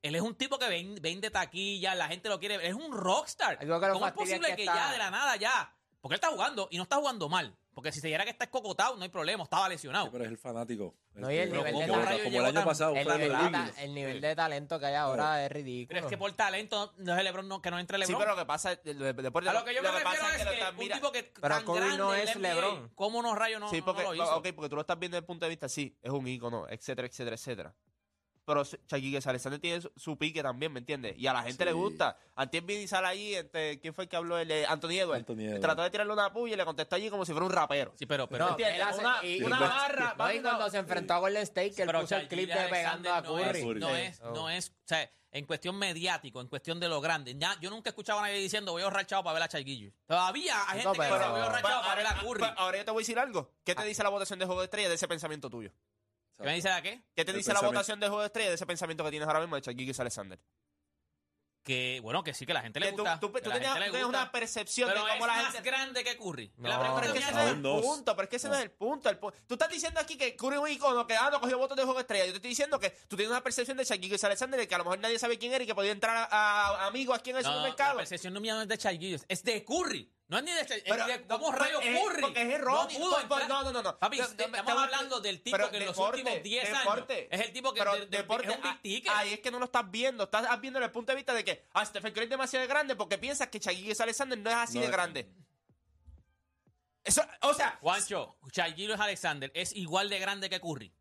[SPEAKER 2] Él es un tipo que ven- vende taquilla, la gente lo quiere. ver, Es un rockstar.
[SPEAKER 3] Yo creo que lo
[SPEAKER 2] ¿Cómo es
[SPEAKER 3] fastidia
[SPEAKER 2] posible
[SPEAKER 3] que
[SPEAKER 2] que
[SPEAKER 3] está-
[SPEAKER 2] ya de la nada ya? Porque él está jugando y no está jugando mal. Porque si se diera que está escocotado, no hay problema, estaba lesionado.
[SPEAKER 6] Sí, pero es el fanático.
[SPEAKER 3] No, y el
[SPEAKER 6] Este,
[SPEAKER 3] nivel
[SPEAKER 6] como,
[SPEAKER 3] de
[SPEAKER 6] como-
[SPEAKER 2] desarrollo
[SPEAKER 6] como el
[SPEAKER 2] llegó
[SPEAKER 6] año
[SPEAKER 2] tan-
[SPEAKER 6] pasado,
[SPEAKER 3] el,
[SPEAKER 6] fue lo de
[SPEAKER 3] nivel de ta-
[SPEAKER 6] Wiggins.
[SPEAKER 3] el nivel de talento que hay ahora es ridículo.
[SPEAKER 2] Pero es que por talento, no es el Lebron, no, que no entre
[SPEAKER 4] Sí,
[SPEAKER 2] Lebron.
[SPEAKER 4] pero lo que pasa es. el- el- el deporte-
[SPEAKER 2] A lo que yo me refiero
[SPEAKER 4] pasa
[SPEAKER 2] es
[SPEAKER 4] lo
[SPEAKER 2] que
[SPEAKER 4] están
[SPEAKER 2] un
[SPEAKER 4] mira-
[SPEAKER 2] tipo que
[SPEAKER 3] Pero
[SPEAKER 2] tan
[SPEAKER 3] Kobe
[SPEAKER 2] grande
[SPEAKER 3] no
[SPEAKER 2] en
[SPEAKER 3] es
[SPEAKER 2] la NBA,
[SPEAKER 3] LeBron.
[SPEAKER 2] ¿Cómo unos rayos no,
[SPEAKER 4] sí,
[SPEAKER 2] no-
[SPEAKER 4] porque,
[SPEAKER 2] no lo hizo?
[SPEAKER 4] ok, porque tú lo estás viendo desde el punto de vista, sí, es un ícono, etcétera, etcétera, etcétera. Pero Shaquille Alexander tiene su, su pique también, ¿me entiendes? Y a la gente le
[SPEAKER 6] Sí.
[SPEAKER 4] gusta. Antes vine y sale ahí, este, ¿quién fue el que habló? El, eh, Anthony Edwards.
[SPEAKER 6] Anthony Edwards.
[SPEAKER 4] Trató de tirarle una puya y le contestó allí como si fuera un rapero.
[SPEAKER 2] Sí, pero, pero
[SPEAKER 3] No,
[SPEAKER 4] ¿Entiendes?
[SPEAKER 3] él hace-
[SPEAKER 4] Una-
[SPEAKER 3] y-
[SPEAKER 6] una
[SPEAKER 3] y-
[SPEAKER 4] barra,
[SPEAKER 3] no, y
[SPEAKER 4] vamos,
[SPEAKER 3] cuando
[SPEAKER 4] no.
[SPEAKER 3] se enfrentó a Golden State, que él
[SPEAKER 2] pero
[SPEAKER 3] puso el clip de
[SPEAKER 2] Shaqiri
[SPEAKER 3] pegando a
[SPEAKER 2] Alexander no
[SPEAKER 3] Curry.
[SPEAKER 2] es- No
[SPEAKER 6] Sí.
[SPEAKER 2] es, no es, o sea, en cuestión mediático, en cuestión de lo grande. Ya, yo nunca escuchaba a nadie diciendo voy a ahorrar chavo para ver a Chaguillo. Todavía hay gente
[SPEAKER 3] No,
[SPEAKER 2] que
[SPEAKER 3] pero-
[SPEAKER 2] dice voy a ahorrar
[SPEAKER 4] Pero
[SPEAKER 2] chavo para ver
[SPEAKER 4] ahora,
[SPEAKER 2] a Curry.
[SPEAKER 4] pero ahora yo te voy a decir algo. ¿Qué
[SPEAKER 6] Ah.
[SPEAKER 4] te dice la votación de Juego de Estrella de ese pensamiento tuyo?
[SPEAKER 2] ¿Qué me dice la qué?
[SPEAKER 4] ¿Qué te
[SPEAKER 6] El
[SPEAKER 4] dice la
[SPEAKER 6] pensamiento-
[SPEAKER 4] votación de Juego de Estrella de ese pensamiento que tienes ahora mismo de Shaquille Alexander?
[SPEAKER 2] Que bueno, que sí, que la gente le
[SPEAKER 4] Que tú,
[SPEAKER 2] gusta.
[SPEAKER 4] tú-
[SPEAKER 2] que
[SPEAKER 4] tú
[SPEAKER 2] la
[SPEAKER 4] tenías,
[SPEAKER 2] gente le
[SPEAKER 4] tú tenías
[SPEAKER 2] gusta,
[SPEAKER 4] una percepción
[SPEAKER 2] pero
[SPEAKER 4] de
[SPEAKER 2] es
[SPEAKER 4] cómo la
[SPEAKER 2] más
[SPEAKER 4] gente...
[SPEAKER 2] grande que Curry.
[SPEAKER 3] No,
[SPEAKER 2] La
[SPEAKER 4] Pero es
[SPEAKER 2] pregunta
[SPEAKER 4] que
[SPEAKER 2] mía
[SPEAKER 4] ese
[SPEAKER 2] es-
[SPEAKER 4] no es el
[SPEAKER 6] Aún dos.
[SPEAKER 4] punto, pero es que ese no es el punto. el pu- Tú estás diciendo aquí que Curry es un icono, que ah, no cogió votos de juego estrella. Yo te estoy diciendo que tú tienes una percepción de Shaquille O'Neal Alexander de que a lo mejor nadie sabe quién era y que podía entrar a, a- a amigos aquí en el
[SPEAKER 2] No, la
[SPEAKER 4] supermercado.
[SPEAKER 2] percepción no mía no es de Chaguillo, es de Curry. No es ni de Chaguillo, es
[SPEAKER 4] Pero- pues,
[SPEAKER 2] de cómo rayos
[SPEAKER 4] es-
[SPEAKER 2] Curry.
[SPEAKER 4] porque es erróneo.
[SPEAKER 2] No, pudo
[SPEAKER 4] Por- por-
[SPEAKER 2] entrar.
[SPEAKER 4] no, no, no, no.
[SPEAKER 2] Papi,
[SPEAKER 4] Yo-
[SPEAKER 2] te-
[SPEAKER 4] yo-
[SPEAKER 2] estamos
[SPEAKER 4] estamos-
[SPEAKER 2] hablando del tipo
[SPEAKER 4] pero
[SPEAKER 2] que en los
[SPEAKER 4] deporte,
[SPEAKER 2] últimos 10 años
[SPEAKER 4] deporte.
[SPEAKER 2] es el tipo que
[SPEAKER 4] Pero
[SPEAKER 2] de- de- de-
[SPEAKER 4] deporte,
[SPEAKER 2] es un big
[SPEAKER 4] ah,
[SPEAKER 2] ticket.
[SPEAKER 4] Ahí es que no lo estás viendo. Estás viendo desde el punto de vista de que ah, Stephen Curry es demasiado grande porque piensas que Shaquille O'Neal Alexander no es así
[SPEAKER 6] No
[SPEAKER 4] de
[SPEAKER 6] es-
[SPEAKER 4] grande. Eso, o sea...
[SPEAKER 2] Juancho, Chaguillo es Alexander, es igual de grande que Curry.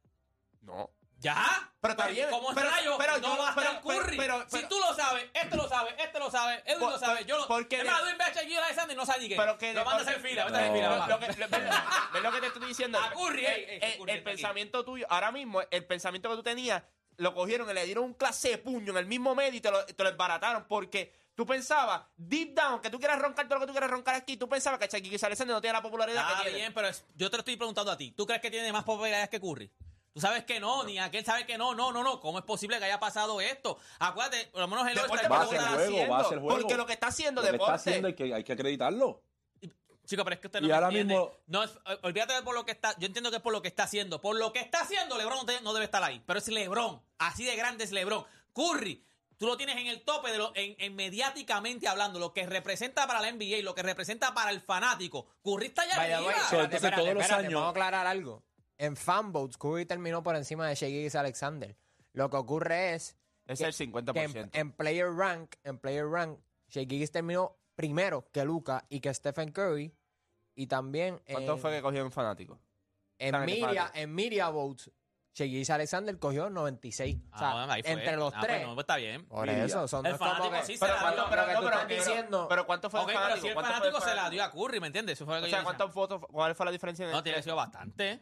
[SPEAKER 4] No.
[SPEAKER 2] ¿Ya?
[SPEAKER 4] Pero está bien,
[SPEAKER 2] ¿Cómo
[SPEAKER 4] pero-
[SPEAKER 2] rayos
[SPEAKER 4] pero
[SPEAKER 2] no
[SPEAKER 4] yo-
[SPEAKER 2] va a
[SPEAKER 4] pero-
[SPEAKER 2] estar Curry?
[SPEAKER 4] pero- pero-
[SPEAKER 2] si tú lo sabes, este lo sabe, este lo sabe, Edwin
[SPEAKER 4] Por-
[SPEAKER 2] lo sabe, yo lo...
[SPEAKER 4] porque-
[SPEAKER 2] es más, Edwin ve a Shaquille Alexander y no sabe ni qué.
[SPEAKER 4] Pero que
[SPEAKER 2] lo manda a hacer
[SPEAKER 4] porque-
[SPEAKER 2] fila, vete a hacer
[SPEAKER 6] No.
[SPEAKER 2] fila.
[SPEAKER 4] Lo-
[SPEAKER 2] va.
[SPEAKER 4] lo que- lo- ¿Ves ves lo que te estoy diciendo?
[SPEAKER 2] A Curry,
[SPEAKER 4] El-
[SPEAKER 2] ey, ey,
[SPEAKER 4] el-
[SPEAKER 2] Curry
[SPEAKER 4] el
[SPEAKER 2] está aquí.
[SPEAKER 4] pensamiento tuyo, ahora mismo, el pensamiento que tú tenías, lo cogieron y le dieron un clase de puño en el mismo medio y te lo, te lo desbarataron porque tú pensabas, deep down, que tú quieras roncar todo lo que tú quieras roncar aquí, tú pensabas que Shaquille Alexander no tiene la popularidad
[SPEAKER 2] Está
[SPEAKER 4] que tiene.
[SPEAKER 2] Ah, bien, pero es- yo te lo estoy preguntando a ti. ¿Tú crees que tiene más popularidad que Curry? Tú sabes que no, ni aquel sabe que no, no, no, no. ¿Cómo es posible que haya pasado esto? Acuérdate, por lo menos el
[SPEAKER 4] Deporte
[SPEAKER 2] All-Star
[SPEAKER 6] va a
[SPEAKER 4] porque
[SPEAKER 6] ser
[SPEAKER 4] lo
[SPEAKER 2] Bowl-
[SPEAKER 4] que está
[SPEAKER 6] juego, va a ser
[SPEAKER 4] haciendo,
[SPEAKER 6] juego.
[SPEAKER 4] Porque lo que está haciendo
[SPEAKER 6] Lo que está
[SPEAKER 4] deporte.
[SPEAKER 6] haciendo es que hay que acreditarlo.
[SPEAKER 2] Chico, pero es que usted no
[SPEAKER 6] Y
[SPEAKER 2] me
[SPEAKER 6] ahora
[SPEAKER 2] entiende.
[SPEAKER 6] mismo-
[SPEAKER 2] No, es- eh, olvídate de por lo que está. Yo entiendo que es por lo que está haciendo. Por lo que está haciendo, LeBron no, te- no debe estar ahí. Pero es LeBron. Así de grande es LeBron. Curry, tú lo tienes en el tope de lo, en, en mediáticamente hablando. Lo que representa para la NBA, lo que representa para el fanático. Curry está allá
[SPEAKER 3] Vaya,
[SPEAKER 2] arriba.
[SPEAKER 3] güey,
[SPEAKER 6] So, entonces, todos los años-
[SPEAKER 3] Vamos a aclarar algo. En fanboats, Curry terminó por encima de Shaquille Alexander. Lo que ocurre es
[SPEAKER 4] Es
[SPEAKER 3] que-
[SPEAKER 4] el
[SPEAKER 3] que em, en,
[SPEAKER 4] 50%.
[SPEAKER 3] en player rank, en player rank, Shaquille terminó primero que Luca y que Stephen Curry. Y también
[SPEAKER 4] ¿Cuánto
[SPEAKER 3] en,
[SPEAKER 4] fue que cogieron fanáticos?
[SPEAKER 3] en,
[SPEAKER 4] Saben que
[SPEAKER 3] media,
[SPEAKER 4] fanático.
[SPEAKER 3] en media votes, Shaquille Alexander cogió 96. O sea,
[SPEAKER 2] Ah, bueno, ahí fue.
[SPEAKER 3] entre los
[SPEAKER 2] Ah,
[SPEAKER 3] tres.
[SPEAKER 2] bueno, pues está bien.
[SPEAKER 3] Por
[SPEAKER 6] Media.
[SPEAKER 3] eso, son
[SPEAKER 2] El
[SPEAKER 3] no es como
[SPEAKER 2] fanático
[SPEAKER 3] que-
[SPEAKER 2] sí se
[SPEAKER 4] Pero
[SPEAKER 2] la
[SPEAKER 4] cuánto,
[SPEAKER 2] dio.
[SPEAKER 4] pero,
[SPEAKER 3] lo que
[SPEAKER 4] no,
[SPEAKER 3] tú
[SPEAKER 4] pero,
[SPEAKER 3] estás diciendo-
[SPEAKER 4] pero cuánto fue
[SPEAKER 2] Ok,
[SPEAKER 4] el
[SPEAKER 2] pero
[SPEAKER 4] fanático.
[SPEAKER 2] si el
[SPEAKER 4] ¿Cuánto fue el
[SPEAKER 2] fanático se la
[SPEAKER 4] fanático?
[SPEAKER 2] dio a Curry, ¿me entiendes? Eso fue lo que
[SPEAKER 4] O
[SPEAKER 2] yo
[SPEAKER 4] sea,
[SPEAKER 2] decía.
[SPEAKER 4] ¿cuántos votos? ¿Cuál fue la diferencia? en-
[SPEAKER 2] No, tiene que haber sido bastante.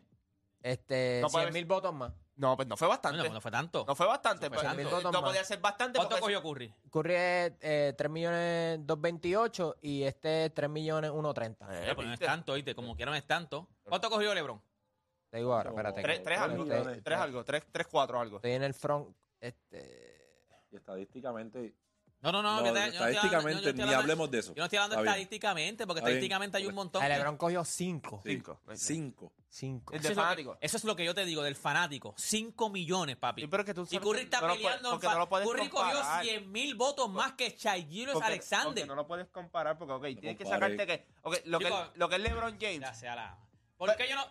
[SPEAKER 3] Este,
[SPEAKER 4] No puede
[SPEAKER 3] 100 mil votos más.
[SPEAKER 4] No, pues no fue bastante.
[SPEAKER 2] No, no fue tanto.
[SPEAKER 4] No fue bastante,
[SPEAKER 2] No fue
[SPEAKER 4] pero
[SPEAKER 2] tanto.
[SPEAKER 4] no- no podía ser bastante.
[SPEAKER 2] ¿Cuánto
[SPEAKER 4] porque-
[SPEAKER 2] cogió Curry?
[SPEAKER 3] Curry es eh, 3 millones 228 y este es 3 millones 130.
[SPEAKER 4] Eh,
[SPEAKER 2] Eh, pues no es
[SPEAKER 4] ¿viste?
[SPEAKER 2] tanto, oíste, como quieran es tanto. ¿Cuánto cogió LeBron?
[SPEAKER 3] Te digo ahora, espérate.
[SPEAKER 4] Tres,
[SPEAKER 3] que-
[SPEAKER 4] tres
[SPEAKER 6] Tres
[SPEAKER 2] pues,
[SPEAKER 4] algo,
[SPEAKER 6] millones.
[SPEAKER 4] tres algo, tres, tres, cuatro algo.
[SPEAKER 3] Estoy en el front. Este,
[SPEAKER 6] Y estadísticamente.
[SPEAKER 2] No, no, no.
[SPEAKER 6] No,
[SPEAKER 2] que te- yo estoy
[SPEAKER 6] estadísticamente,
[SPEAKER 2] hablando- yo no estoy
[SPEAKER 6] ni
[SPEAKER 2] hablando-
[SPEAKER 6] hablemos de eso.
[SPEAKER 2] Yo no estoy hablando
[SPEAKER 6] Está bien.
[SPEAKER 2] estadísticamente, porque
[SPEAKER 6] Está bien.
[SPEAKER 2] estadísticamente hay un montón.
[SPEAKER 3] el LeBron cogió 5.
[SPEAKER 6] Sí.
[SPEAKER 4] Cinco.
[SPEAKER 6] Cinco.
[SPEAKER 3] 5.
[SPEAKER 4] El
[SPEAKER 2] Eso
[SPEAKER 4] de
[SPEAKER 2] es lo que-
[SPEAKER 4] fanático.
[SPEAKER 2] Eso es lo que yo te digo del fanático. 5 millones, papi.
[SPEAKER 4] Sí, pero es que tú
[SPEAKER 2] y
[SPEAKER 4] sabes
[SPEAKER 2] Curry
[SPEAKER 4] que
[SPEAKER 2] está
[SPEAKER 4] no lo puedes-
[SPEAKER 2] peleando. en
[SPEAKER 4] porque
[SPEAKER 2] fa-
[SPEAKER 4] no lo puedes
[SPEAKER 2] Curry cogió
[SPEAKER 4] comparar.
[SPEAKER 2] 100 mil votos más que Shaquille
[SPEAKER 4] Porque-
[SPEAKER 2] Alexander.
[SPEAKER 4] porque no lo puedes comparar porque, ok, tienes que
[SPEAKER 6] compares.
[SPEAKER 4] sacarte que. ok, lo, que
[SPEAKER 2] Chico,
[SPEAKER 4] lo que es LeBron
[SPEAKER 2] Ya
[SPEAKER 4] James.
[SPEAKER 2] sea la- ¿Por qué yo no?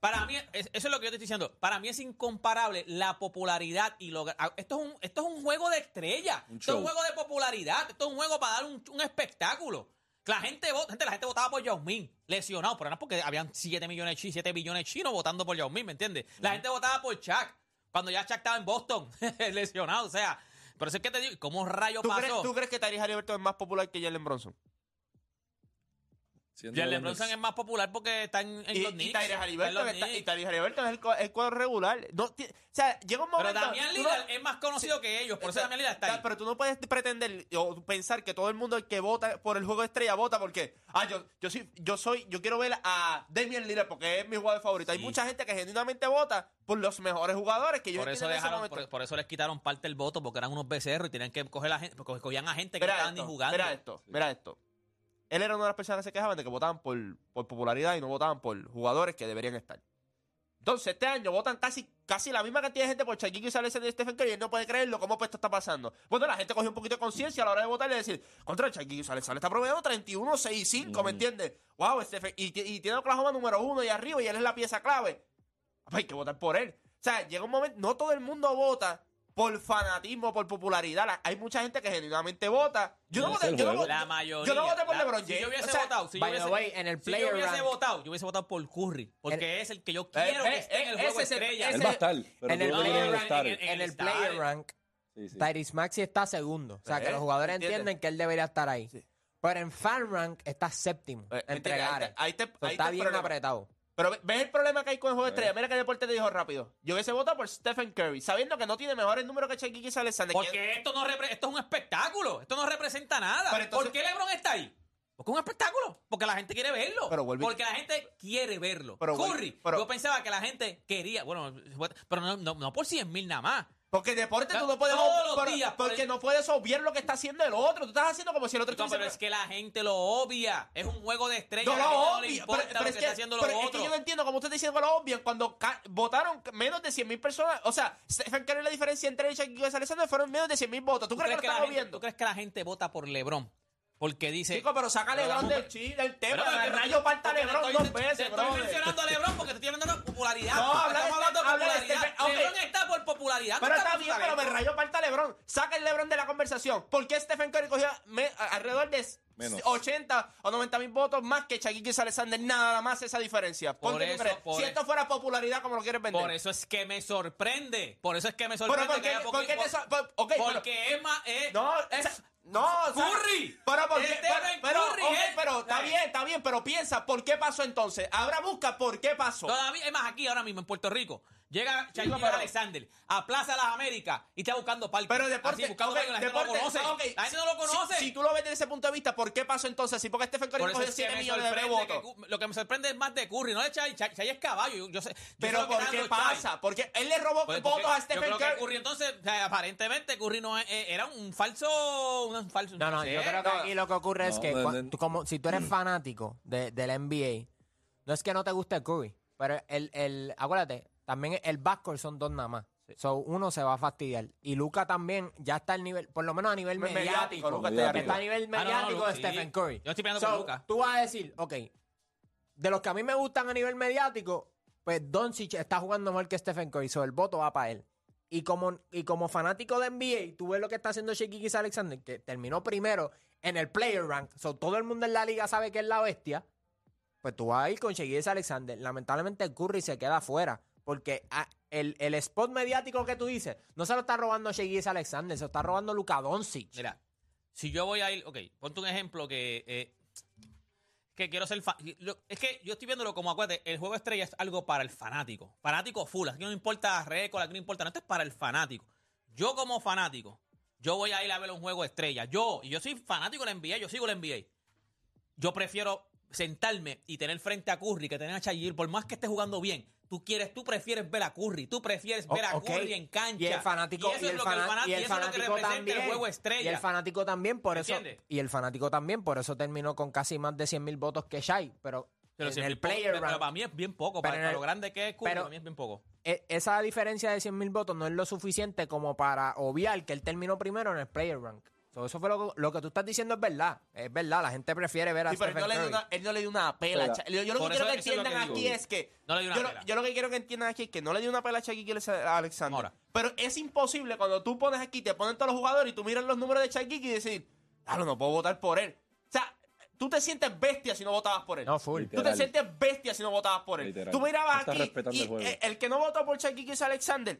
[SPEAKER 2] Para mí, es- eso es lo que yo te estoy diciendo. Para mí es incomparable la popularidad y lo. ah, Esto es un, esto es un juego de estrellas.
[SPEAKER 6] Un
[SPEAKER 2] esto es
[SPEAKER 6] show.
[SPEAKER 2] un juego de popularidad. Esto es un juego para dar un, un espectáculo. Que La gente, vota, gente, la gente votaba por Yao Ming, lesionado, pero no porque habían 7 millones de chinos, 7 billones de chinos votando por Yao Ming, ¿me entiendes? La gente votaba por Chuck, cuando ya Chuck estaba en Boston, [laughs] lesionado, o sea. Pero eso es que te digo, ¿cómo rayo
[SPEAKER 4] ¿Tú
[SPEAKER 2] pasó?
[SPEAKER 4] crees, ¿Tú crees que Tyrese Haliburton es más popular que Jalen Bronson?
[SPEAKER 6] Siendo
[SPEAKER 2] Jalen
[SPEAKER 6] Leonard.
[SPEAKER 2] Bronson es más popular porque está en, en
[SPEAKER 4] Y,
[SPEAKER 2] los
[SPEAKER 4] y
[SPEAKER 2] Knicks. está
[SPEAKER 4] Tyrese
[SPEAKER 2] en
[SPEAKER 4] Haliburton
[SPEAKER 2] los
[SPEAKER 4] está- y
[SPEAKER 2] Knicks.
[SPEAKER 4] Tyrese Haliburton es el, co- el cuadro regular. No, ti- o sea, llega un momento.
[SPEAKER 2] Pero Damián
[SPEAKER 4] tú no-
[SPEAKER 2] Lillard es más conocido que ellos, por eso
[SPEAKER 4] Esa-
[SPEAKER 2] Damián Lillard
[SPEAKER 4] da-
[SPEAKER 2] está ahí.
[SPEAKER 4] Pero tú no puedes pretender o pensar que todo el mundo el que vota por el juego de estrella vota porque ah yo yo soy yo soy yo quiero ver a Damian Lillard porque es mi jugador favorito. Hay
[SPEAKER 2] Sí.
[SPEAKER 4] mucha gente que genuinamente vota por los mejores jugadores que yo
[SPEAKER 2] Por eso, dejaron, por, por eso les quitaron parte del voto, porque eran unos becerros y tenían que coger la gente, porque cogían a gente que no
[SPEAKER 4] Mira
[SPEAKER 2] estaban ni
[SPEAKER 4] esto,
[SPEAKER 2] jugando.
[SPEAKER 4] mira esto, mira esto. Él era una de las personas que se quejaban de que votaban por, por popularidad y no votaban por jugadores que deberían estar. Entonces, este año votan casi, casi la misma cantidad de gente por Shaquille y Alexander y Stephen Curry. y Él no puede creerlo, cómo pues esto está pasando. Bueno, la gente cogió un poquito de conciencia a la hora de votar y decir, contra Shaquille Alexander está promediando 31, 6 5, ¿me entiendes? Wow, Stephen, y, y tiene a Oklahoma número uno y arriba y él es la pieza clave. Pues hay que votar por él. O sea, llega un momento, no todo el mundo vota por fanatismo, por popularidad. La- hay mucha gente que genuinamente vota. Yo no,
[SPEAKER 6] Ese
[SPEAKER 4] voté,
[SPEAKER 6] es el
[SPEAKER 4] yo no
[SPEAKER 6] juego.
[SPEAKER 4] voté-
[SPEAKER 2] La mayoría.
[SPEAKER 4] yo no voté por
[SPEAKER 2] la-
[SPEAKER 4] LeBron
[SPEAKER 2] Si
[SPEAKER 4] James.
[SPEAKER 2] yo hubiese
[SPEAKER 4] O sea,
[SPEAKER 2] votado, si yo
[SPEAKER 3] by the
[SPEAKER 2] hubiese,
[SPEAKER 3] way, en el
[SPEAKER 2] si yo
[SPEAKER 3] player
[SPEAKER 2] hubiese
[SPEAKER 3] rank-
[SPEAKER 2] votado, yo hubiese votado por Curry, porque es el que yo quiero que
[SPEAKER 4] eh,
[SPEAKER 2] esté en el
[SPEAKER 4] eh,
[SPEAKER 2] juego
[SPEAKER 4] ese es el-
[SPEAKER 2] estrella.
[SPEAKER 4] ese-
[SPEAKER 6] Él va a estar, pero
[SPEAKER 3] en
[SPEAKER 6] tú
[SPEAKER 3] el
[SPEAKER 6] no lo tienes en
[SPEAKER 3] player
[SPEAKER 6] el
[SPEAKER 3] rank-
[SPEAKER 6] starter.
[SPEAKER 3] En el
[SPEAKER 2] starter.
[SPEAKER 3] player rank,
[SPEAKER 6] Sí, sí.
[SPEAKER 3] Tyrese Maxi está segundo. O sea,
[SPEAKER 4] Eh,
[SPEAKER 3] que los jugadores
[SPEAKER 4] ¿entiendes?
[SPEAKER 3] entienden que él debería estar ahí.
[SPEAKER 4] Sí.
[SPEAKER 3] Pero en fan rank está séptimo.
[SPEAKER 4] Eh, ¿me
[SPEAKER 3] entre
[SPEAKER 4] entiendes? Ahí
[SPEAKER 3] Gares.
[SPEAKER 4] te- ahí te-
[SPEAKER 3] So,
[SPEAKER 4] ahí
[SPEAKER 3] está
[SPEAKER 4] te
[SPEAKER 3] bien
[SPEAKER 4] problema.
[SPEAKER 3] apretado.
[SPEAKER 4] Pero ve- ves el problema que hay con el juego de estrella. Mira qué deporte te dijo rápido. Yo hubiese votado por Stephen Curry, sabiendo que no tiene mejores números que Shaquille y Alexander. Que-
[SPEAKER 2] Porque esto no repre- esto es un espectáculo, esto no representa nada.
[SPEAKER 4] Pero entonces-
[SPEAKER 2] ¿Por qué LeBron está ahí? Porque es un espectáculo, porque la gente quiere verlo,
[SPEAKER 4] Pero vuelve-
[SPEAKER 2] porque la gente quiere verlo.
[SPEAKER 4] Pero vuelve-
[SPEAKER 2] Curry,
[SPEAKER 4] pero-
[SPEAKER 2] yo pensaba que la gente quería, bueno, pero no, no- no por 100 mil nada más.
[SPEAKER 4] Porque deporte tú
[SPEAKER 2] Todos
[SPEAKER 4] no puedes
[SPEAKER 2] los
[SPEAKER 4] por-
[SPEAKER 2] días, por
[SPEAKER 4] porque
[SPEAKER 2] el-
[SPEAKER 4] no puedes obviar lo que está haciendo el otro. Tú estás haciendo como si el otro
[SPEAKER 2] Chico, pero
[SPEAKER 4] estuviese-
[SPEAKER 2] es que la gente lo obvia, es un juego de estrellas,
[SPEAKER 4] No
[SPEAKER 2] a la gente
[SPEAKER 4] lo
[SPEAKER 2] no le
[SPEAKER 4] obvio.
[SPEAKER 2] importa
[SPEAKER 4] Pero, pero
[SPEAKER 2] lo
[SPEAKER 4] es
[SPEAKER 2] que
[SPEAKER 4] que,
[SPEAKER 2] está haciendo
[SPEAKER 4] pero
[SPEAKER 2] los
[SPEAKER 4] es que
[SPEAKER 2] otros.
[SPEAKER 4] yo no entiendo cómo usted está diciendo que lo obvian cuando ca- votaron menos de 100.000 personas. O sea, Stephen Curry la diferencia entre él y Shaquille Alexander fueron menos de 100.000 votos. ¿Tú,
[SPEAKER 2] ¿Tú
[SPEAKER 4] crees que lo
[SPEAKER 2] la
[SPEAKER 4] están
[SPEAKER 2] gente,
[SPEAKER 4] obviando?
[SPEAKER 2] tú crees que la gente vota por LeBron? Porque dice...
[SPEAKER 4] Chico, pero saca a
[SPEAKER 2] Pero
[SPEAKER 4] LeBron
[SPEAKER 2] vamos-
[SPEAKER 4] del chile, el
[SPEAKER 2] Pero,
[SPEAKER 4] tema.
[SPEAKER 2] pero,
[SPEAKER 4] el
[SPEAKER 2] pero,
[SPEAKER 4] rayo parta a
[SPEAKER 2] porque te
[SPEAKER 4] LeBron
[SPEAKER 2] estoy-
[SPEAKER 4] dos
[SPEAKER 2] Te
[SPEAKER 4] veces,
[SPEAKER 2] estoy
[SPEAKER 4] brother.
[SPEAKER 2] mencionando a LeBron porque te estoy hablando de popularidad.
[SPEAKER 4] No, habla de
[SPEAKER 2] Estamos hablando de
[SPEAKER 4] este- habla de
[SPEAKER 2] popularidad.
[SPEAKER 4] este- ok.
[SPEAKER 2] LeBron está por popularidad. no
[SPEAKER 4] Pero
[SPEAKER 2] está
[SPEAKER 4] está
[SPEAKER 2] por
[SPEAKER 4] bien,
[SPEAKER 2] su
[SPEAKER 4] pero me
[SPEAKER 2] talento.
[SPEAKER 4] rayo parta LeBron. Saca el LeBron de la conversación. ¿Por qué Stephen Curry cogió me- a- alrededor de
[SPEAKER 6] Menos.
[SPEAKER 4] 80 o 90 mil votos más que Shaquille Gilgeous Alexander, nada más esa diferencia.
[SPEAKER 2] Por
[SPEAKER 4] Ponte tú
[SPEAKER 2] eso,
[SPEAKER 4] crees.
[SPEAKER 2] por
[SPEAKER 4] si esto
[SPEAKER 2] eso.
[SPEAKER 4] fuera popularidad como lo quieres vender.
[SPEAKER 2] Por eso es que me sorprende. Por eso es que me
[SPEAKER 4] Pero
[SPEAKER 2] sorprende.
[SPEAKER 4] ¿por
[SPEAKER 2] que
[SPEAKER 4] qué,
[SPEAKER 2] haya poqui-
[SPEAKER 4] por qué te so- por- ok, pero-
[SPEAKER 2] porque es más. es-
[SPEAKER 4] No,
[SPEAKER 2] es-
[SPEAKER 4] esa- no, o sea,
[SPEAKER 2] Curry.
[SPEAKER 4] Pero, ¿por qué?
[SPEAKER 2] El tema
[SPEAKER 4] pero,
[SPEAKER 2] es
[SPEAKER 4] pero,
[SPEAKER 2] Curry,
[SPEAKER 4] ok,
[SPEAKER 2] eh.
[SPEAKER 4] pero está
[SPEAKER 2] Eh.
[SPEAKER 4] bien, está bien, pero piensa, ¿por qué pasó entonces? Ahora busca por qué pasó.
[SPEAKER 2] Todavía, es más, aquí ahora mismo en Puerto Rico. Llega Shaquille
[SPEAKER 4] pero-
[SPEAKER 2] Alexander a Plaza Las Américas y está buscando parque.
[SPEAKER 4] Pero deporte,
[SPEAKER 2] Así, buscando
[SPEAKER 4] ok,
[SPEAKER 2] parque, la gente no
[SPEAKER 4] deporte,
[SPEAKER 2] lo conoce.
[SPEAKER 4] ah, ok,
[SPEAKER 2] La gente no lo
[SPEAKER 4] si-
[SPEAKER 2] conoce.
[SPEAKER 4] Si, tú lo ves desde ese punto de vista, ¿por qué pasó entonces? Sí, porque Stephen Curry
[SPEAKER 2] Por eso
[SPEAKER 4] cogió
[SPEAKER 2] es que
[SPEAKER 4] 7
[SPEAKER 2] me
[SPEAKER 4] millones de
[SPEAKER 2] sorprende
[SPEAKER 4] votos.
[SPEAKER 2] que Cu- lo que me sorprende es más de Curry, no de Chay. Chay, Chay es caballo, yo, yo sé. yo sé
[SPEAKER 4] Pero
[SPEAKER 2] lo que
[SPEAKER 4] ¿por
[SPEAKER 2] están
[SPEAKER 4] qué
[SPEAKER 2] los Chay.
[SPEAKER 4] pasa? Porque él le robó
[SPEAKER 2] Pues, porque
[SPEAKER 4] votos a este
[SPEAKER 2] yo
[SPEAKER 4] Stephen
[SPEAKER 2] creo que
[SPEAKER 4] Curry.
[SPEAKER 2] Curry entonces, o sea, aparentemente Curry no es- eh, era un falso, un falso.
[SPEAKER 3] No, no,
[SPEAKER 2] sé.
[SPEAKER 3] yo creo que
[SPEAKER 4] no.
[SPEAKER 3] aquí lo que ocurre es
[SPEAKER 6] No,
[SPEAKER 3] que
[SPEAKER 6] no,
[SPEAKER 3] cua-
[SPEAKER 6] no.
[SPEAKER 3] tú como, si tú eres fanático de- del NBA, no es que no te guste Curry, pero el, el, acuérdate, también el backcourt son dos nada más. So, uno se va a fastidiar. Y Luca también ya está al nivel, por lo menos a nivel
[SPEAKER 4] Me-
[SPEAKER 3] mediático.
[SPEAKER 4] mediático, Luka está
[SPEAKER 6] ahí
[SPEAKER 3] Está
[SPEAKER 6] arriba.
[SPEAKER 3] a nivel
[SPEAKER 2] Ah, no, no,
[SPEAKER 3] mediático
[SPEAKER 2] Luka,
[SPEAKER 3] de
[SPEAKER 2] sí.
[SPEAKER 3] Stephen Curry.
[SPEAKER 2] Yo estoy peleando
[SPEAKER 3] So,
[SPEAKER 2] con Luka.
[SPEAKER 3] Tú vas a decir, ok, de los que a mí me gustan a nivel mediático, pues Doncic está jugando mejor que Stephen Curry, so el voto va para él. Y como, y como fanático de NBA, tú ves lo que está haciendo Shaquille Alexander, que terminó primero en el player rank, so todo el mundo en la liga sabe que es la bestia, pues tú vas a ir con Shaquille Alexander. Lamentablemente Curry se queda afuera, porque ah, el, el spot mediático que tú dices, no se lo está robando Shaquille Alexander, se lo está robando Luka Doncic.
[SPEAKER 2] Mira, si yo voy a ir, ok, ponte un ejemplo que eh, que quiero ser fa- lo- es que yo estoy viéndolo como acuérdate, el juego de estrella es algo para el fanático, fanático full, aquí no importa récord, aquí no importa, no, esto es para el fanático. Yo como fanático, yo voy a ir a ver un juego de estrella. Yo, y yo soy fanático de la NBA, yo sigo la NBA. Yo prefiero sentarme y tener frente a Curry que tener a Chayir, por más que esté jugando bien. Tú quieres, tú prefieres ver a Curry, tú prefieres ver a
[SPEAKER 3] O- ok.
[SPEAKER 2] Curry en cancha.
[SPEAKER 3] Y el fanático,
[SPEAKER 2] Y eso
[SPEAKER 3] y
[SPEAKER 2] es
[SPEAKER 3] el
[SPEAKER 2] lo que el
[SPEAKER 3] fana-
[SPEAKER 2] fana-
[SPEAKER 3] y
[SPEAKER 2] y eso
[SPEAKER 3] el
[SPEAKER 2] es lo que
[SPEAKER 3] fanático
[SPEAKER 2] representa
[SPEAKER 3] también.
[SPEAKER 2] el juego estrella.
[SPEAKER 3] Y el fanático también, por eso.
[SPEAKER 2] ¿Entiendes?
[SPEAKER 3] Y el fanático también, por eso terminó con casi más de 100 mil votos que Shai. Pero,
[SPEAKER 2] Pero,
[SPEAKER 3] en
[SPEAKER 2] si
[SPEAKER 3] el
[SPEAKER 2] es bien poco,
[SPEAKER 3] player
[SPEAKER 2] pero- pero
[SPEAKER 3] round,
[SPEAKER 2] para mí es bien poco.
[SPEAKER 3] Pero
[SPEAKER 2] Para,
[SPEAKER 3] en
[SPEAKER 2] para
[SPEAKER 3] el-
[SPEAKER 2] lo grande que es Curry,
[SPEAKER 3] pero-
[SPEAKER 2] para mí es bien poco.
[SPEAKER 3] e- esa diferencia de 100 mil votos no es lo suficiente como para obviar que él terminó primero en el player rank. So, eso fue lo, lo que tú estás diciendo, es verdad. Es verdad, la gente prefiere ver a
[SPEAKER 4] Sí, pero él
[SPEAKER 3] Stephen
[SPEAKER 4] no, le dio
[SPEAKER 3] Curry.
[SPEAKER 4] una, él no le dio una pela.
[SPEAKER 6] Pela.
[SPEAKER 4] a Sha- Yo, yo lo que
[SPEAKER 2] Por
[SPEAKER 4] quiero
[SPEAKER 2] eso-
[SPEAKER 4] que
[SPEAKER 2] eso es lo que
[SPEAKER 4] entiendan
[SPEAKER 2] digo.
[SPEAKER 4] aquí es que.
[SPEAKER 2] No le dio una
[SPEAKER 4] yo, lo,
[SPEAKER 2] pela.
[SPEAKER 4] yo lo que quiero que entiendan aquí es que no le dio una pela a Shaquille a Alexander.
[SPEAKER 2] Ahora.
[SPEAKER 4] Pero es imposible cuando tú pones aquí, te ponen todos los jugadores y tú miras los números de Shaquille y decir, claro, no puedo votar por él. O sea, tú te sientes bestia si no votabas por él.
[SPEAKER 3] No, full.
[SPEAKER 4] Tú te
[SPEAKER 6] Literal.
[SPEAKER 4] sientes bestia si no votabas por él.
[SPEAKER 6] Literal.
[SPEAKER 4] Tú mirabas
[SPEAKER 6] Estás
[SPEAKER 4] aquí
[SPEAKER 6] respetando
[SPEAKER 4] y
[SPEAKER 6] el juego.
[SPEAKER 4] eh, el que no votó por Shaquille es Alexander.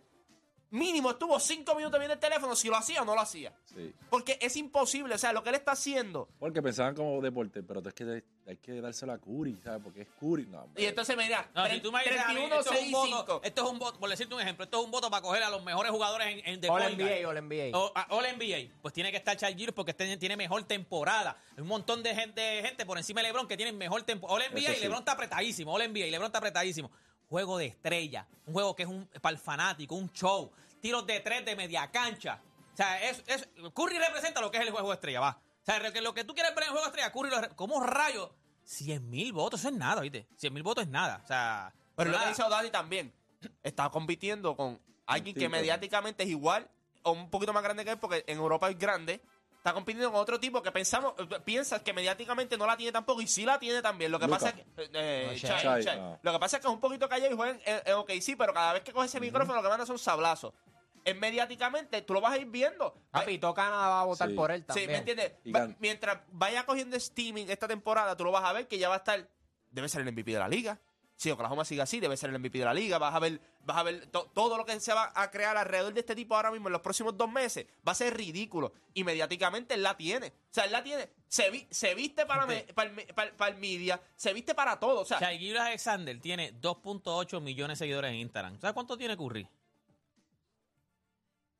[SPEAKER 4] Mínimo estuvo cinco minutos viendo el teléfono si lo hacía o no lo hacía.
[SPEAKER 6] Sí.
[SPEAKER 4] Porque es imposible. O sea, lo que él está haciendo
[SPEAKER 6] Porque pensaban como deporte, pero es que hay que dárselo a Curry, ¿sabes? Porque es Curry. No, hombre.
[SPEAKER 4] Y entonces me dirás,
[SPEAKER 2] No,
[SPEAKER 4] tre-
[SPEAKER 2] si tú me dices a mí,
[SPEAKER 4] 31,
[SPEAKER 2] esto, es un
[SPEAKER 4] 6,
[SPEAKER 2] voto,
[SPEAKER 4] 5.
[SPEAKER 2] esto es un voto, por decirte un ejemplo, esto es un voto para coger a los mejores jugadores en, en de
[SPEAKER 3] All
[SPEAKER 2] point guard.
[SPEAKER 3] NBA, All NBA.
[SPEAKER 2] O- a- All NBA. Pues tiene que estar Charles Gilles porque este tiene mejor temporada. Hay un montón de gente, de gente por encima de LeBron que tienen mejor temporada. All NBA
[SPEAKER 6] Eso
[SPEAKER 2] y
[SPEAKER 6] sí.
[SPEAKER 2] LeBron está apretadísimo. All NBA y LeBron está apretadísimo. Juego de estrella. Un juego que es un, para el fanático, un show. Tiros de tres de media cancha. O sea, es, es- Curry representa lo que es el juego de estrella, va. O sea, lo que, lo que tú quieres ver en el juego de estrella, Curry, lo re- como rayos. 100 mil votos, eso es nada, ¿viste? 100 mil votos es nada. O sea,
[SPEAKER 4] Pero lo
[SPEAKER 2] nada.
[SPEAKER 4] que dice Odadi también, está compitiendo con alguien que
[SPEAKER 6] tipo.
[SPEAKER 4] mediáticamente es igual o un poquito más grande que él, porque en Europa es grande. Está compitiendo con otro tipo que pensamos, eh, piensas que mediáticamente no la tiene tampoco y sí la tiene también. Lo que
[SPEAKER 6] Luka.
[SPEAKER 4] pasa es que. eh, eh,
[SPEAKER 3] No,
[SPEAKER 4] Shai,
[SPEAKER 6] Shai,
[SPEAKER 4] Shai.
[SPEAKER 6] ah.
[SPEAKER 4] Lo que pasa es que es un poquito callado y eh, juega en, en OKC, pero cada vez que coge ese micrófono lo que manda son sablazos. Es mediáticamente, tú lo vas a ir viendo.
[SPEAKER 2] Ah,
[SPEAKER 4] Pues,
[SPEAKER 3] Papi, todo Canadá va a votar
[SPEAKER 6] Sí.
[SPEAKER 3] por él también.
[SPEAKER 4] Sí, ¿me entiendes?
[SPEAKER 6] Y
[SPEAKER 4] Va-
[SPEAKER 6] gan-
[SPEAKER 4] mientras vaya cogiendo steaming esta temporada, tú lo vas a ver que ya va a estar. Debe ser el MVP de la liga. Si Oklahoma sigue así, debe ser el MVP de la liga. Vas a ver, vas a ver to- todo lo que se va a crear alrededor de este tipo ahora mismo en los próximos dos meses. Va a ser ridículo. Y mediáticamente él la tiene. O sea, él la tiene. Se, vi- se viste para, me- para, el, me- para- para el media, se viste para todo. O sea,
[SPEAKER 2] Shai Gilgeous Alexander tiene 2.8 millones de seguidores en Instagram. ¿Sabes cuánto tiene Curry?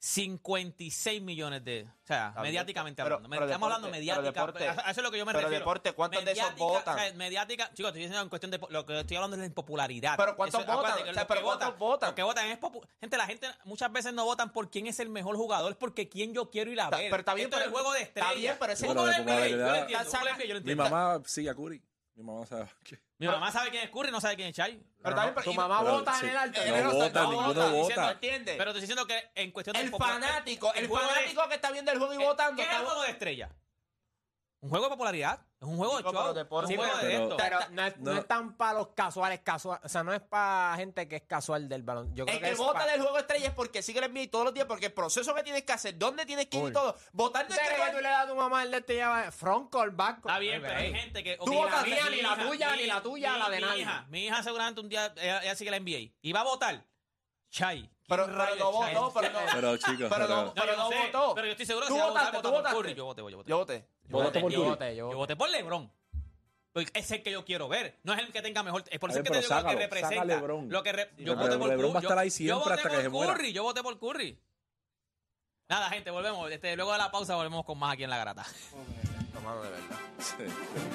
[SPEAKER 2] 56 millones de. O sea,
[SPEAKER 4] bien,
[SPEAKER 2] mediáticamente
[SPEAKER 4] pero-
[SPEAKER 2] hablando. Me-
[SPEAKER 4] pero
[SPEAKER 2] Estamos hablando
[SPEAKER 4] deporte- pero
[SPEAKER 2] mediática.
[SPEAKER 4] deporte-
[SPEAKER 2] a- a eso es lo que yo me
[SPEAKER 4] pero
[SPEAKER 2] refiero.
[SPEAKER 4] deporte, ¿cuántos de esos
[SPEAKER 2] Mediática,
[SPEAKER 4] votan?
[SPEAKER 2] o sea, mediática. Chicos, estoy diciendo en cuestión de. po- Lo que estoy hablando es la impopularidad.
[SPEAKER 4] Pero ¿cuántos votan?
[SPEAKER 2] acuérdate que
[SPEAKER 4] O sea,
[SPEAKER 2] los
[SPEAKER 4] pero
[SPEAKER 2] que
[SPEAKER 4] ¿cuántos votan?
[SPEAKER 2] Los que votan es. popu- Gente, la gente muchas veces no votan por quién es el mejor jugador, es porque quién yo quiero ir a
[SPEAKER 4] Está-
[SPEAKER 2] ver.
[SPEAKER 4] pero está bien,
[SPEAKER 2] Esto
[SPEAKER 4] pero-
[SPEAKER 2] es el juego de
[SPEAKER 4] está
[SPEAKER 2] estrellas.
[SPEAKER 4] bien, pero ese-
[SPEAKER 2] Un juego de
[SPEAKER 6] Pero la
[SPEAKER 2] NBA, yo lo
[SPEAKER 6] popularidad-
[SPEAKER 2] entiendo, un juego de NBA, yo lo
[SPEAKER 6] Mi
[SPEAKER 2] entiendo.
[SPEAKER 6] mamá sigue a Curry. Mi mamá sabe [laughs] que.
[SPEAKER 2] Mi mamá sabe quién es Curry, no sabe quién es Chai.
[SPEAKER 3] Pero
[SPEAKER 4] pero también-
[SPEAKER 3] no,
[SPEAKER 4] pero-
[SPEAKER 3] tu
[SPEAKER 4] y-
[SPEAKER 3] mamá
[SPEAKER 6] pero-
[SPEAKER 3] vota
[SPEAKER 6] sí.
[SPEAKER 3] en el altar.
[SPEAKER 6] No
[SPEAKER 4] pero-
[SPEAKER 6] vota,
[SPEAKER 4] no
[SPEAKER 6] ninguno
[SPEAKER 4] Estoy diciendo,
[SPEAKER 6] vota.
[SPEAKER 4] ¿entiendes?
[SPEAKER 2] Pero estoy diciendo que en cuestión de
[SPEAKER 4] el
[SPEAKER 2] popular-
[SPEAKER 4] fanático, el,
[SPEAKER 2] juego de- Eh,
[SPEAKER 4] fanático que está viendo el juego y
[SPEAKER 2] ¿Qué
[SPEAKER 4] votando.
[SPEAKER 2] es
[SPEAKER 4] está-
[SPEAKER 2] el juego de estrella? Un juego de popularidad. Es un juego de
[SPEAKER 7] Chico,
[SPEAKER 2] show.
[SPEAKER 7] pero te pones-
[SPEAKER 2] es
[SPEAKER 3] Sí,
[SPEAKER 2] un juego
[SPEAKER 3] pero-
[SPEAKER 2] de
[SPEAKER 6] pero-
[SPEAKER 2] esto.
[SPEAKER 3] Pero no es,
[SPEAKER 6] No.
[SPEAKER 3] no es tan para los casuales, casual, o sea, no es para gente que es casual del balón. Yo creo
[SPEAKER 4] El
[SPEAKER 3] que
[SPEAKER 4] que
[SPEAKER 3] es
[SPEAKER 4] vota
[SPEAKER 3] pa-
[SPEAKER 4] del juego de estrella es porque sigue el NBA todos los días, porque el proceso que tienes que hacer, dónde tienes que ir y
[SPEAKER 3] Full.
[SPEAKER 4] todo. Votar no
[SPEAKER 3] ¿Tú
[SPEAKER 4] es
[SPEAKER 3] crees
[SPEAKER 4] que
[SPEAKER 3] que tú le das a tu mamá el de este llama front call, back call?
[SPEAKER 2] Está bien,
[SPEAKER 3] Ay,
[SPEAKER 2] pero hay
[SPEAKER 3] ey.
[SPEAKER 2] gente que.
[SPEAKER 3] Tú
[SPEAKER 2] ok,
[SPEAKER 3] votas
[SPEAKER 2] mi
[SPEAKER 3] mía, ni la
[SPEAKER 2] hija,
[SPEAKER 3] tuya,
[SPEAKER 2] mi-
[SPEAKER 3] ni la tuya,
[SPEAKER 2] mi-
[SPEAKER 3] la de
[SPEAKER 2] mi
[SPEAKER 3] nadie.
[SPEAKER 2] Hija, mi hija seguramente un día ella, ella sigue la NBA. Y va a votar. Chay.
[SPEAKER 4] Pero,
[SPEAKER 2] ¿Quién
[SPEAKER 4] pero
[SPEAKER 2] rayos
[SPEAKER 4] no
[SPEAKER 2] es Chay?
[SPEAKER 4] votó, pero no.
[SPEAKER 6] Pero chicos,
[SPEAKER 4] Pero no-
[SPEAKER 6] pero-
[SPEAKER 2] No, yo
[SPEAKER 4] pero no
[SPEAKER 2] sé,
[SPEAKER 4] votó.
[SPEAKER 2] Pero yo estoy seguro que
[SPEAKER 4] Tú
[SPEAKER 2] si va a votar,
[SPEAKER 4] votaste,
[SPEAKER 2] votó
[SPEAKER 4] tú
[SPEAKER 2] por
[SPEAKER 4] votaste.
[SPEAKER 2] Curry. Yo voté, yo voté.
[SPEAKER 4] Yo voté.
[SPEAKER 6] Yo voté por
[SPEAKER 3] Yo
[SPEAKER 6] Curry.
[SPEAKER 3] voté, yo
[SPEAKER 2] Yo
[SPEAKER 3] voté.
[SPEAKER 2] voté por LeBron. Porque es el que yo quiero ver. No es el que tenga mejor. Es por
[SPEAKER 6] A
[SPEAKER 2] eso
[SPEAKER 6] ver,
[SPEAKER 2] que te
[SPEAKER 6] pero
[SPEAKER 2] digo lo que
[SPEAKER 6] sácalo,
[SPEAKER 2] representa.
[SPEAKER 6] saca a LeBron.
[SPEAKER 2] Lo que re- yo
[SPEAKER 6] pero
[SPEAKER 2] voté por
[SPEAKER 6] LeBron va a
[SPEAKER 2] Curry.
[SPEAKER 6] estar ahí
[SPEAKER 2] Yo-
[SPEAKER 6] siempre
[SPEAKER 2] yo voté
[SPEAKER 6] hasta que
[SPEAKER 2] por
[SPEAKER 6] se muera.
[SPEAKER 2] Curry, Yo voté por Curry. Nada, gente, volvemos. Este, luego de la pausa volvemos con más aquí en la garata.
[SPEAKER 7] No, mano, de verdad.
[SPEAKER 6] Sí.